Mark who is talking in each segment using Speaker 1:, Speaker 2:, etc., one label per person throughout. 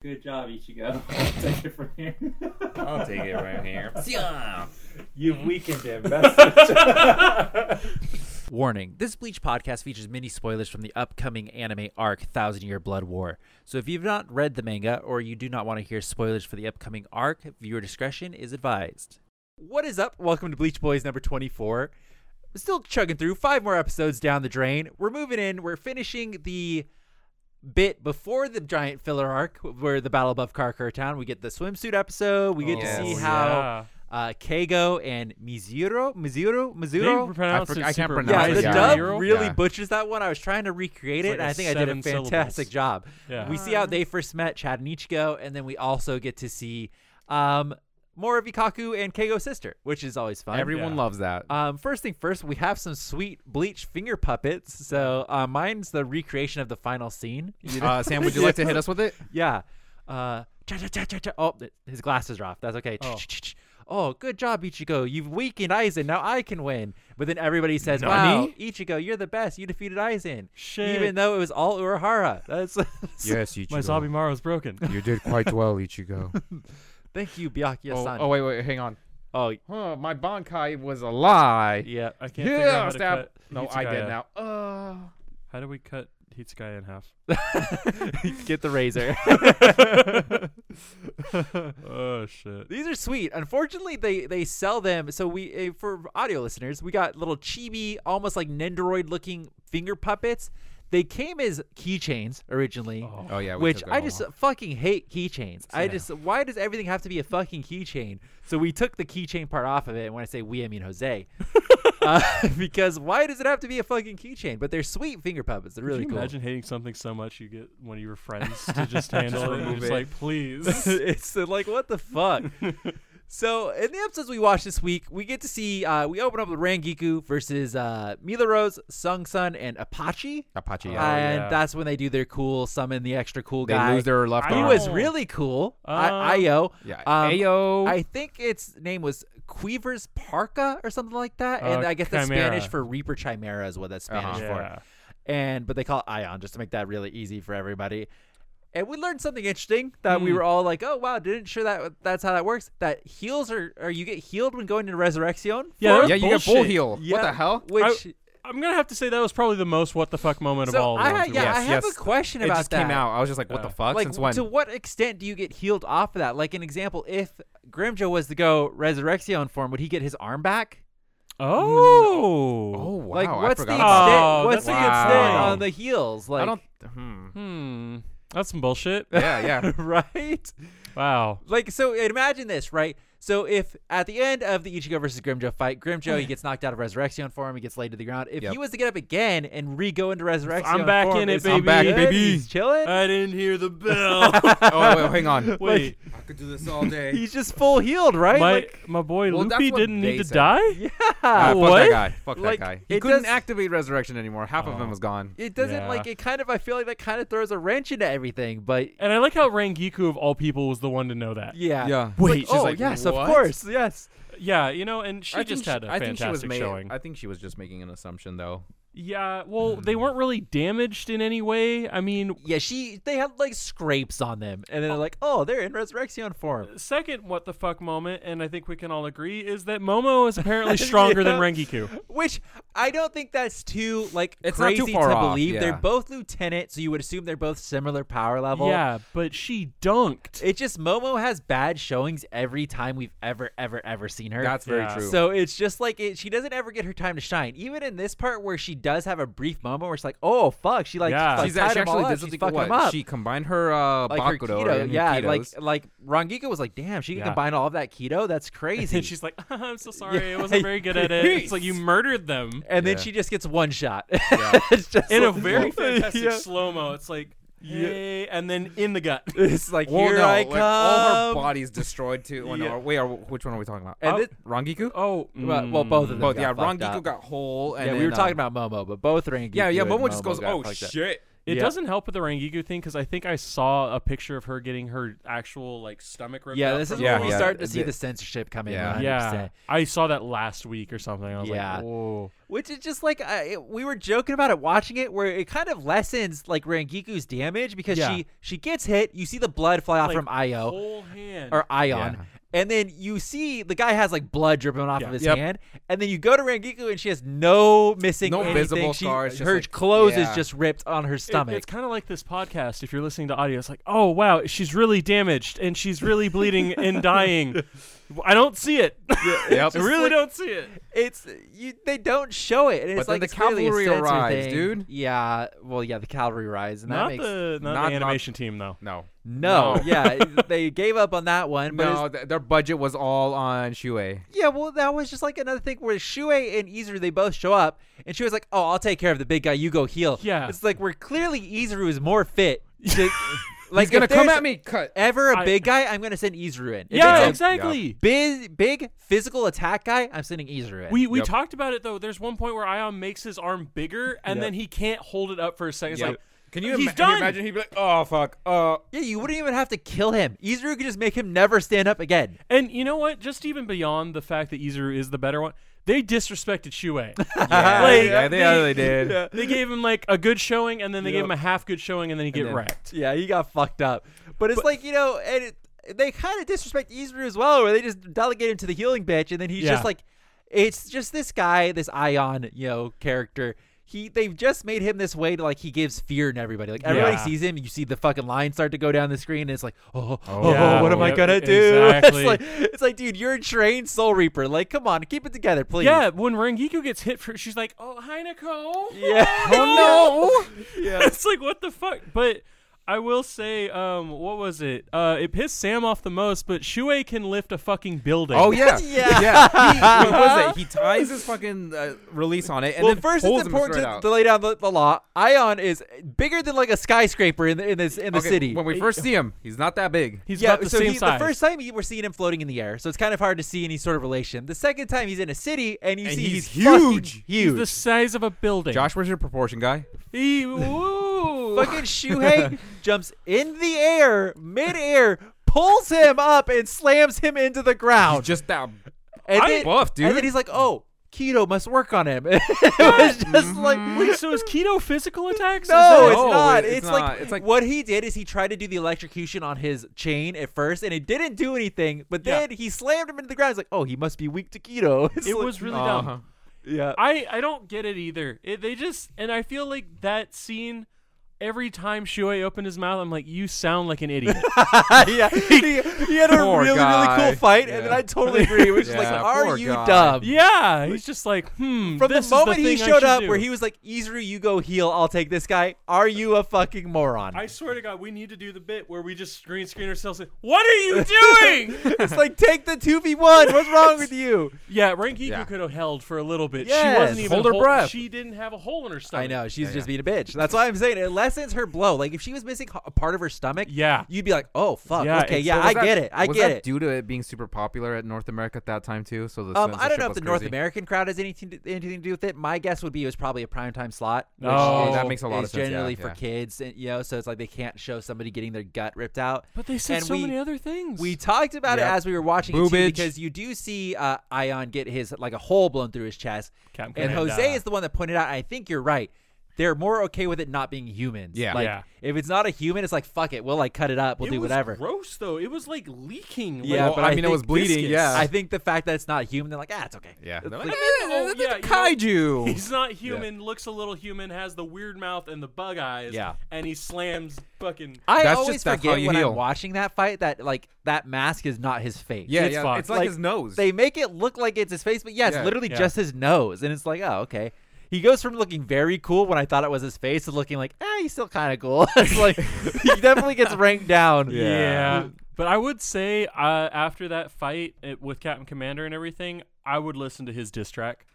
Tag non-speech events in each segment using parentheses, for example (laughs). Speaker 1: Good job, Ichigo. Take it from here.
Speaker 2: I'll take it right here.
Speaker 1: You've weakened him.
Speaker 3: (laughs)
Speaker 1: That's
Speaker 3: Warning This Bleach podcast features many spoilers from the upcoming anime arc Thousand Year Blood War. So if you've not read the manga or you do not want to hear spoilers for the upcoming arc, viewer discretion is advised. What is up? Welcome to Bleach Boys number 24. We're still chugging through five more episodes down the drain. We're moving in, we're finishing the bit before the giant filler arc where the battle above Karkur Town. We get the swimsuit episode, we get
Speaker 2: Yes.
Speaker 3: to see
Speaker 2: Oh,
Speaker 3: how
Speaker 4: yeah.
Speaker 3: uh, Keigo and Mizuro, Mizuro, Mizuro.
Speaker 4: They pronounce
Speaker 2: I forg-
Speaker 4: it
Speaker 2: I can't
Speaker 4: super
Speaker 2: pronounce
Speaker 3: Yeah,
Speaker 2: it.
Speaker 4: nice.
Speaker 3: the
Speaker 2: Yeah.
Speaker 3: dub
Speaker 4: Mizuro?
Speaker 3: really
Speaker 2: Yeah.
Speaker 3: butchers that one. I was trying to recreate
Speaker 4: It's
Speaker 3: it,
Speaker 4: like
Speaker 3: and I
Speaker 4: a
Speaker 3: think I did a
Speaker 4: seven syllables.
Speaker 3: fantastic job.
Speaker 4: Yeah.
Speaker 3: We see how they first met Chad and Ichigo, and then we also get to see um, more of Ikaku and Keigo's sister, which is always fun.
Speaker 2: Everyone
Speaker 4: Yeah.
Speaker 2: loves that.
Speaker 3: Um, first thing first, we have some sweet bleach finger puppets. So uh, mine's the recreation of the final scene. You know?
Speaker 2: Uh, Sam, would you like to hit us with it?
Speaker 3: Yeah. Uh, cha cha cha cha cha. Oh, th- his glasses are off. That's okay. Oh. oh, good job, Ichigo. You've weakened Aizen. Now I can win. But then everybody says, "Wow,
Speaker 4: Nani?
Speaker 3: Ichigo, you're the best. You defeated Aizen,
Speaker 4: Shit.
Speaker 3: even though it was all Urahara." That's
Speaker 2: (laughs) Yes,
Speaker 4: My zombie Mario's broken.
Speaker 2: You did quite well, Ichigo.
Speaker 3: (laughs) thank you, Byakuya-san.
Speaker 2: oh, wait, wait, hang on.
Speaker 3: Oh,
Speaker 2: Huh, my Bankai was a lie.
Speaker 3: yeah.
Speaker 4: (laughs) I can't figure out
Speaker 2: Yeah,
Speaker 4: how
Speaker 2: stab.
Speaker 4: to cut
Speaker 2: No,
Speaker 4: Hitsugaya.
Speaker 2: I did now. Uh,
Speaker 4: How do we cut Hitsugaya
Speaker 3: (laughs)
Speaker 4: in half?
Speaker 3: Get the razor.
Speaker 4: oh shit.
Speaker 3: These are sweet. Unfortunately, they they sell them. So we uh, for audio listeners, we got little chibi, almost like Nendoroid looking finger puppets. They came as keychains originally.
Speaker 2: oh yeah, we
Speaker 3: which
Speaker 2: took that
Speaker 3: I
Speaker 2: one
Speaker 3: just
Speaker 2: off.
Speaker 3: fucking hate keychains. I just why does everything have to be a fucking keychain? So we took the keychain part off of it. And when I say we, I mean
Speaker 4: (laughs)
Speaker 3: Jose, uh, (laughs) because why does it have to be a fucking keychain? But they're sweet finger puppets. They're really
Speaker 4: Can you
Speaker 3: cool.
Speaker 4: imagine hating something so much you get one of your friends (laughs) to just handle it? You're
Speaker 2: remove
Speaker 4: just
Speaker 2: it.
Speaker 4: like, (laughs)
Speaker 3: (laughs)
Speaker 4: please.
Speaker 3: it's like what the
Speaker 2: (laughs)
Speaker 3: fuck. so in the episodes we watched this week, we get to see uh, we open up with Rangiku versus uh, Mila Rose, Sung Sun, and Apache.
Speaker 2: Apache.
Speaker 4: Yeah. Uh,
Speaker 3: and
Speaker 4: yeah.
Speaker 3: that's when they do their cool summon the extra cool
Speaker 2: they
Speaker 3: guy.
Speaker 2: lose their left
Speaker 4: He
Speaker 3: he
Speaker 2: arm.
Speaker 3: was
Speaker 4: Oh.
Speaker 3: really cool.
Speaker 4: Um,
Speaker 3: I- Io.
Speaker 2: yeah.
Speaker 3: Um,
Speaker 2: Ayo.
Speaker 3: I think its name was Quivers Parka or something like that, and
Speaker 4: Uh,
Speaker 3: I guess that's
Speaker 4: Chimera.
Speaker 3: Spanish for Reaper Chimera is what that's Spanish
Speaker 2: Uh-huh.
Speaker 3: for.
Speaker 4: yeah.
Speaker 3: And but they call it Ion just to make that really easy for everybody. And we learned something interesting that
Speaker 2: Hmm.
Speaker 3: we were all like, "Oh wow, didn't sure that that's how that works." That heals are or you get healed when going into Resurrection.
Speaker 4: Yeah, that was
Speaker 2: yeah, you get bull
Speaker 4: bullshit.
Speaker 2: heel. What the hell?
Speaker 3: Which
Speaker 4: I'm gonna have to say that was probably the most what the fuck moment of
Speaker 3: so
Speaker 4: all of
Speaker 3: I, had-
Speaker 4: them.
Speaker 3: yeah, I
Speaker 2: Yes,
Speaker 3: have
Speaker 2: yes.
Speaker 3: a question
Speaker 2: It
Speaker 3: about
Speaker 2: just
Speaker 3: that.
Speaker 2: came out. I was just like, what the fuck?
Speaker 3: Like,
Speaker 2: Since when?
Speaker 3: to what extent do you get healed off of that? Like an example, if Grimjo was to go Resurrection form, would he get his arm back?
Speaker 4: Oh.
Speaker 2: oh wow!
Speaker 3: Like,
Speaker 2: I
Speaker 3: what's the
Speaker 2: forgot
Speaker 3: extent?
Speaker 2: about that.
Speaker 4: Oh,
Speaker 3: what's
Speaker 4: that's
Speaker 3: the
Speaker 4: a
Speaker 2: good
Speaker 3: extent
Speaker 2: point.
Speaker 3: on the heels? Like,
Speaker 2: I don't. Hmm.
Speaker 4: (laughs) Hmm. That's some bullshit.
Speaker 2: Yeah, yeah.
Speaker 3: (laughs) right? (laughs)
Speaker 4: Wow.
Speaker 3: Like, so imagine this, right? So if at the end of the Ichigo versus Grimjo fight, Grimjo he gets knocked out of Resurrection form, he gets laid to the ground. If
Speaker 2: Yep.
Speaker 3: he was to get up again and re-go into Resurrection,
Speaker 4: I'm back
Speaker 3: form,
Speaker 4: in it,
Speaker 3: is he
Speaker 4: baby. Uh, I'm back,
Speaker 3: good?
Speaker 2: baby.
Speaker 3: He's chilling.
Speaker 4: I didn't hear the
Speaker 2: (laughs)
Speaker 4: bell.
Speaker 2: oh wait, hang on.
Speaker 4: Wait.
Speaker 2: I could do this all day. (laughs)
Speaker 3: He's just full healed, right?
Speaker 4: my
Speaker 3: Like,
Speaker 4: my boy
Speaker 2: Well, that's
Speaker 4: Luffy
Speaker 2: what
Speaker 4: didn't
Speaker 2: they
Speaker 4: need to
Speaker 2: said.
Speaker 4: die.
Speaker 2: Ah, fuck
Speaker 4: What?
Speaker 2: that guy. Fuck
Speaker 3: Like,
Speaker 2: that guy. He
Speaker 3: it
Speaker 2: couldn't
Speaker 3: does-
Speaker 2: activate resurrection anymore. Half of him was gone.
Speaker 3: it doesn't
Speaker 4: Yeah.
Speaker 3: like it. Kind of, I feel like that kind of throws a wrench into everything. But
Speaker 4: And I like how Rangiku of all people was the one to know that.
Speaker 3: yeah,
Speaker 2: Yeah.
Speaker 3: It's like,
Speaker 4: Wait, she's
Speaker 3: oh
Speaker 2: like,
Speaker 3: yes, of
Speaker 2: what?
Speaker 3: course, yes.
Speaker 4: Yeah, you know, and she just had a
Speaker 2: I think
Speaker 4: fantastic
Speaker 2: she was made,
Speaker 4: showing.
Speaker 2: I think she was just making an assumption though.
Speaker 4: yeah, well, they weren't really damaged in any way. I mean,
Speaker 3: Yeah, she they had like scrapes on them, and then they're like, oh, they're in Resurrection form.
Speaker 4: second what the fuck moment, and I think we can all agree is that Momo is
Speaker 2: (laughs)
Speaker 4: apparently stronger than Rangiku.
Speaker 3: Which I don't think that's too like
Speaker 2: It's not
Speaker 3: crazy
Speaker 2: too far
Speaker 3: to
Speaker 2: off,
Speaker 3: believe. They're
Speaker 2: yeah.
Speaker 3: both lieutenant, so you would assume they're both similar power level.
Speaker 4: Yeah, but she dunked.
Speaker 3: It just Momo has bad showings every time we've ever, ever, ever seen her.
Speaker 2: That's very
Speaker 4: Yeah.
Speaker 2: true.
Speaker 3: so it's just like it, she doesn't ever get her time to shine. Even in this part where she does have a brief moment where it's like, "Oh fuck," she like,
Speaker 4: Yeah.
Speaker 3: like,
Speaker 2: she's
Speaker 3: tied
Speaker 2: actually,
Speaker 3: him all up.
Speaker 2: did
Speaker 3: She's
Speaker 2: something
Speaker 3: fucking
Speaker 2: what?
Speaker 3: him up.
Speaker 2: She combined her uh
Speaker 3: like her
Speaker 2: Bakudo
Speaker 3: keto,
Speaker 2: and her
Speaker 3: yeah,
Speaker 2: ketos.
Speaker 3: like like Rangika was like, "Damn, she can
Speaker 4: Yeah.
Speaker 3: combine all of that keto.
Speaker 2: (laughs)
Speaker 3: That's crazy."
Speaker 4: and she's like, (laughs) I'm so sorry,
Speaker 3: Yeah,
Speaker 4: I wasn't very good at
Speaker 3: (laughs)
Speaker 4: it.
Speaker 3: please.
Speaker 4: It's like you murdered them
Speaker 3: and then
Speaker 2: Yeah.
Speaker 3: she just gets one shot.
Speaker 2: Yeah.
Speaker 3: (laughs) it's just
Speaker 4: in a
Speaker 3: like-
Speaker 4: very
Speaker 3: (laughs)
Speaker 4: fantastic
Speaker 3: Yeah.
Speaker 4: slow mo. It's like Yay, and then in
Speaker 3: (laughs)
Speaker 4: the gut.
Speaker 2: It's like
Speaker 3: Well,
Speaker 2: here
Speaker 3: no,
Speaker 2: I
Speaker 3: like,
Speaker 2: come. all her
Speaker 3: come.
Speaker 2: body's destroyed too. Oh,
Speaker 4: Yeah.
Speaker 2: no, wait, are, which one are we talking about?
Speaker 3: And
Speaker 2: Oh,
Speaker 3: it-
Speaker 2: Rangiku?
Speaker 4: Oh,
Speaker 3: Well, well, both of them.
Speaker 2: Mm, both.
Speaker 3: got
Speaker 2: Yeah,
Speaker 3: fucked
Speaker 2: Rangiku
Speaker 3: up.
Speaker 2: got whole. And
Speaker 3: yeah, we
Speaker 2: then,
Speaker 3: were talking
Speaker 2: um,
Speaker 3: about Momo, but both Rengiku.
Speaker 2: Yeah, yeah.
Speaker 3: and
Speaker 2: Momo just goes,
Speaker 3: got
Speaker 2: "Oh
Speaker 3: fucked up."
Speaker 2: shit."
Speaker 4: It
Speaker 2: Yeah.
Speaker 4: doesn't help with the Rangiku thing because I think I saw a picture of her getting her actual like stomach ripped
Speaker 3: Yeah,
Speaker 4: out
Speaker 3: this
Speaker 4: from
Speaker 3: is
Speaker 4: her
Speaker 2: Yeah,
Speaker 3: where we
Speaker 2: yeah.
Speaker 3: start to see
Speaker 2: The-
Speaker 3: the censorship coming.
Speaker 2: Yeah.
Speaker 3: in.
Speaker 4: Yeah, I saw that last week or something. I was
Speaker 3: Yeah.
Speaker 4: like, whoa.
Speaker 3: Which is just like I, it- we were joking about it watching it, where it kind of lessens like Rangiku's damage because
Speaker 4: Yeah.
Speaker 3: she she gets hit. You see the blood fly off
Speaker 4: Like,
Speaker 3: from Io
Speaker 4: Whole hand.
Speaker 3: or Ion,
Speaker 2: Yeah.
Speaker 3: and then you see the guy has like blood dripping off
Speaker 4: Yeah.
Speaker 3: of his
Speaker 2: Yep.
Speaker 3: hand, and then you go to Rangiku and she has no missing,
Speaker 2: No
Speaker 3: anything.
Speaker 2: visible
Speaker 3: She-
Speaker 2: scars, just
Speaker 3: her
Speaker 2: like-
Speaker 3: clothes
Speaker 2: yeah.
Speaker 3: is just ripped on her
Speaker 4: It-
Speaker 3: (laughs) stomach.
Speaker 4: it's kind of like this podcast. If you're listening to audio, it's like, oh wow, she's really damaged and she's really
Speaker 3: (laughs)
Speaker 4: bleeding and dying. I don't see it. (laughs)
Speaker 2: yep.
Speaker 4: I really don't see it.
Speaker 3: it's you they don't show it and it's
Speaker 2: then
Speaker 3: like
Speaker 2: the
Speaker 3: it's clearly a
Speaker 2: cavalry
Speaker 3: censor
Speaker 2: arrives,
Speaker 3: thing.
Speaker 2: dude.
Speaker 3: yeah well yeah the cavalry rise and that
Speaker 4: Not
Speaker 3: makes
Speaker 4: the not,
Speaker 2: not-
Speaker 4: the animation team though.
Speaker 2: No.
Speaker 3: no, (laughs)
Speaker 2: No.
Speaker 3: yeah it- they gave up on that one but
Speaker 2: No,
Speaker 3: it's-
Speaker 2: th- their budget was all on Shuei.
Speaker 3: yeah well that was just like another thing where shuei and izuru they both show up and she was like oh i'll take care of the big guy you go heal
Speaker 4: Yeah.
Speaker 3: it's like we're clearly izuru is more fit to, (laughs) like
Speaker 2: He's gonna
Speaker 3: if
Speaker 2: come
Speaker 3: there's
Speaker 2: at me. Cut.
Speaker 3: ever a
Speaker 4: I-
Speaker 3: big guy i'm gonna send izuru in If
Speaker 4: Yeah,
Speaker 3: it's a
Speaker 4: exactly.
Speaker 3: big big physical attack guy i'm sending izuru in
Speaker 4: We we
Speaker 2: Yep.
Speaker 4: talked about it though. There's one point where Ion makes his arm bigger and then he can't hold it up for a second. It's
Speaker 2: Yep.
Speaker 4: like,
Speaker 2: Can you,
Speaker 4: he's
Speaker 2: ima-
Speaker 4: done.
Speaker 2: imagine? He'd be like, "Oh fuck." Uh.
Speaker 3: yeah you wouldn't even have to kill him izuru could just make him never stand up again
Speaker 4: And you know what? Just even beyond the fact that Izuru is the better one, they disrespected Shuei.
Speaker 2: (laughs) Yeah,
Speaker 4: Like,
Speaker 2: yeah, they, yeah, they did.
Speaker 4: they gave him like a good showing, and then they gave him a half good showing, and then he get
Speaker 2: then-
Speaker 4: wrecked.
Speaker 3: Yeah, he got fucked up. But it's like you know, and it, they kind of disrespect Izuru as well, where they just delegate him to the healing bitch, and then he's
Speaker 4: Yeah.
Speaker 3: just like, it's just this guy, this Ion, you know, character. He they've just made him this way to like he gives fear in everybody. Like everybody
Speaker 4: Yeah.
Speaker 3: sees him, you see the fucking line start to go down the screen, and it's like, oh, oh,
Speaker 2: Yeah.
Speaker 3: what am I
Speaker 4: Yep,
Speaker 3: gonna do? (laughs)
Speaker 4: exactly.
Speaker 3: it's like it's like, dude, you're a trained Soul Reaper. Like, come on, keep it together, please.
Speaker 4: Yeah, when Rengiku gets hit, for she's like, "Oh, hi, Nicole." (laughs)
Speaker 3: Yeah. (laughs)
Speaker 4: Oh (laughs) no. yeah. It's like what the fuck. But I will say, um, what was it? Uh, it pissed Sam off the most, but Shuei can lift a fucking building.
Speaker 2: Oh (laughs) yeah,
Speaker 3: Yeah.
Speaker 2: yeah. He, what was it? He ties his fucking uh, release on it, and
Speaker 3: well,
Speaker 2: then
Speaker 3: first,
Speaker 2: pulls
Speaker 3: it's
Speaker 2: him
Speaker 3: important
Speaker 2: straight
Speaker 3: to,
Speaker 2: out.
Speaker 3: to lay down the, the law. Ion is bigger than like a skyscraper in the in this in the
Speaker 2: Okay,
Speaker 3: city.
Speaker 2: When we first see him, he's not that big.
Speaker 4: He's
Speaker 3: yeah,
Speaker 4: about the
Speaker 3: so
Speaker 4: same
Speaker 3: he,
Speaker 4: size.
Speaker 3: the first time you were seeing him floating in the air, so it's kind of hard to see any sort of relation. The second time he's in a city and you
Speaker 2: And
Speaker 3: see
Speaker 2: he's
Speaker 3: fucking
Speaker 2: huge.
Speaker 4: He's
Speaker 3: huge.
Speaker 4: the size of a building.
Speaker 2: Josh, where's your proportion guy?
Speaker 4: He, ooh.
Speaker 2: (laughs)
Speaker 3: fucking Shuhei jumps in the air, midair, pulls him up, and slams him into the ground. (laughs)
Speaker 2: Just that.
Speaker 3: and
Speaker 2: I'm
Speaker 3: then,
Speaker 2: buff, dude.
Speaker 3: And then he's like, "Oh, keto must work on him." (laughs) it was just
Speaker 2: Mm-hmm.
Speaker 3: like,
Speaker 4: Wait, so is keto physical
Speaker 3: (laughs)
Speaker 4: attacks? Is
Speaker 3: No,
Speaker 4: that-
Speaker 3: it's
Speaker 2: No,
Speaker 3: not.
Speaker 2: it's
Speaker 3: It's,
Speaker 2: not.
Speaker 3: Like,
Speaker 2: It's like-
Speaker 3: what he did is he tried to do the electrocution on his chain at first, and it didn't do anything. But
Speaker 4: Yeah.
Speaker 3: then he slammed him into the ground. He's like, "Oh, he must be weak to keto." (laughs) It's
Speaker 4: it
Speaker 3: like-
Speaker 4: was really
Speaker 2: Uh-huh.
Speaker 4: dumb.
Speaker 3: yeah.
Speaker 4: I, I don't get it either. It, they just and I feel like that scene. Every time Shuei opened his mouth, I'm like, "You sound like
Speaker 3: (laughs)
Speaker 4: an idiot."
Speaker 3: yeah, he, he had a
Speaker 2: Poor
Speaker 3: really really
Speaker 2: guy.
Speaker 3: cool fight,
Speaker 2: Yeah.
Speaker 3: and then I totally agree. It was just
Speaker 2: Yeah,
Speaker 3: like, "Are
Speaker 2: poor
Speaker 3: you
Speaker 2: guy.
Speaker 3: dumb?"
Speaker 4: yeah, he's just like, "Hmm."
Speaker 3: From
Speaker 4: this is
Speaker 3: the moment he
Speaker 4: thing I
Speaker 3: showed
Speaker 4: should
Speaker 3: up,
Speaker 4: do.
Speaker 3: where he was like, "Izuru, you go heal. I'll take this guy." Are you a fucking moron?
Speaker 4: I swear to God, we need to do the bit where we just green screen ourselves. And, what
Speaker 3: (laughs)
Speaker 4: are you doing?
Speaker 3: it's like take the two v one. What's wrong with you?
Speaker 4: yeah, Rankiku
Speaker 2: Yeah.
Speaker 4: could have held for a little bit. She
Speaker 3: Yes.
Speaker 4: wasn't even
Speaker 2: Hold her
Speaker 4: hol-
Speaker 2: breath.
Speaker 4: She didn't have a hole in her stomach.
Speaker 3: I know she's just being a bitch. That's why I'm saying it lessens her blow. Like if she was missing h- a part of her stomach,
Speaker 4: Yeah.
Speaker 3: you'd be like, oh fuck,
Speaker 4: Yeah,
Speaker 3: okay,
Speaker 4: it's-
Speaker 3: yeah,
Speaker 2: Was
Speaker 3: I
Speaker 2: that-
Speaker 3: get it, I
Speaker 2: was
Speaker 3: get
Speaker 2: that
Speaker 3: it.
Speaker 2: Due to it being super popular at North America at that time too, so the
Speaker 3: Um, I don't
Speaker 2: censorship
Speaker 3: know if
Speaker 2: was
Speaker 3: the North
Speaker 2: crazy.
Speaker 3: American crowd has anything to, anything to do with it. My guess would be it was probably a primetime slot. Which
Speaker 4: Oh,
Speaker 3: is,
Speaker 4: that
Speaker 2: makes a lot
Speaker 3: is
Speaker 2: of sense, yeah,
Speaker 3: generally for
Speaker 2: yeah.
Speaker 3: kids, and, you know, so it's like they can't show somebody getting their gut ripped out.
Speaker 4: But they said
Speaker 3: And
Speaker 4: so
Speaker 3: we-
Speaker 4: many other things.
Speaker 3: We talked about
Speaker 2: Yep.
Speaker 3: it as we were watching it
Speaker 2: Boobage.
Speaker 3: too, because you do see uh, Ion get his like a hole blown through his chest,
Speaker 4: Captain
Speaker 3: and
Speaker 4: Commando.
Speaker 3: Jose is the one that pointed out. I think you're right. They're more okay with it not being humans.
Speaker 2: Yeah.
Speaker 3: like
Speaker 4: Yeah.
Speaker 3: if it's not a human, it's like fuck it, we'll like cut it up, we'll
Speaker 4: it
Speaker 3: do
Speaker 4: was
Speaker 3: whatever.
Speaker 4: Gross though. It was like leaking.
Speaker 3: Yeah,
Speaker 4: like,
Speaker 3: but
Speaker 2: I,
Speaker 3: I
Speaker 2: mean it
Speaker 3: think
Speaker 2: was bleeding.
Speaker 4: viscous.
Speaker 2: Yeah,
Speaker 3: I think the fact that it's not human, they're like, ah, it's okay.
Speaker 2: yeah. They're
Speaker 3: like-
Speaker 4: Oh, yeah, you know,
Speaker 3: (laughs)
Speaker 4: (laughs)
Speaker 2: (laughs) kaiju.
Speaker 4: He's not human. Looks a little human. Has the weird mouth and the bug eyes.
Speaker 3: Yeah.
Speaker 4: and he slams fucking.
Speaker 3: I
Speaker 2: That's
Speaker 3: always
Speaker 2: just- that's how
Speaker 3: forget
Speaker 2: you
Speaker 3: when
Speaker 2: heal.
Speaker 3: I'm watching that fight that like that mask is not his face.
Speaker 2: Yeah,
Speaker 4: It's
Speaker 2: yeah.
Speaker 4: fucked.
Speaker 2: It's like,
Speaker 3: Like,
Speaker 2: his nose.
Speaker 3: They make it look like it's his face, but yeah, it's
Speaker 2: Yeah.
Speaker 3: literally
Speaker 4: Yeah.
Speaker 3: just his nose, and it's like, oh, okay. He goes from looking very cool when I thought it was his face to looking like, ah, he's still kind of cool. (laughs) it's like
Speaker 2: (laughs)
Speaker 3: he definitely gets ranked down.
Speaker 4: Yeah. But I would say uh, after that fight it, with Captain Commander and everything, I would listen to his
Speaker 3: (laughs)
Speaker 4: diss track.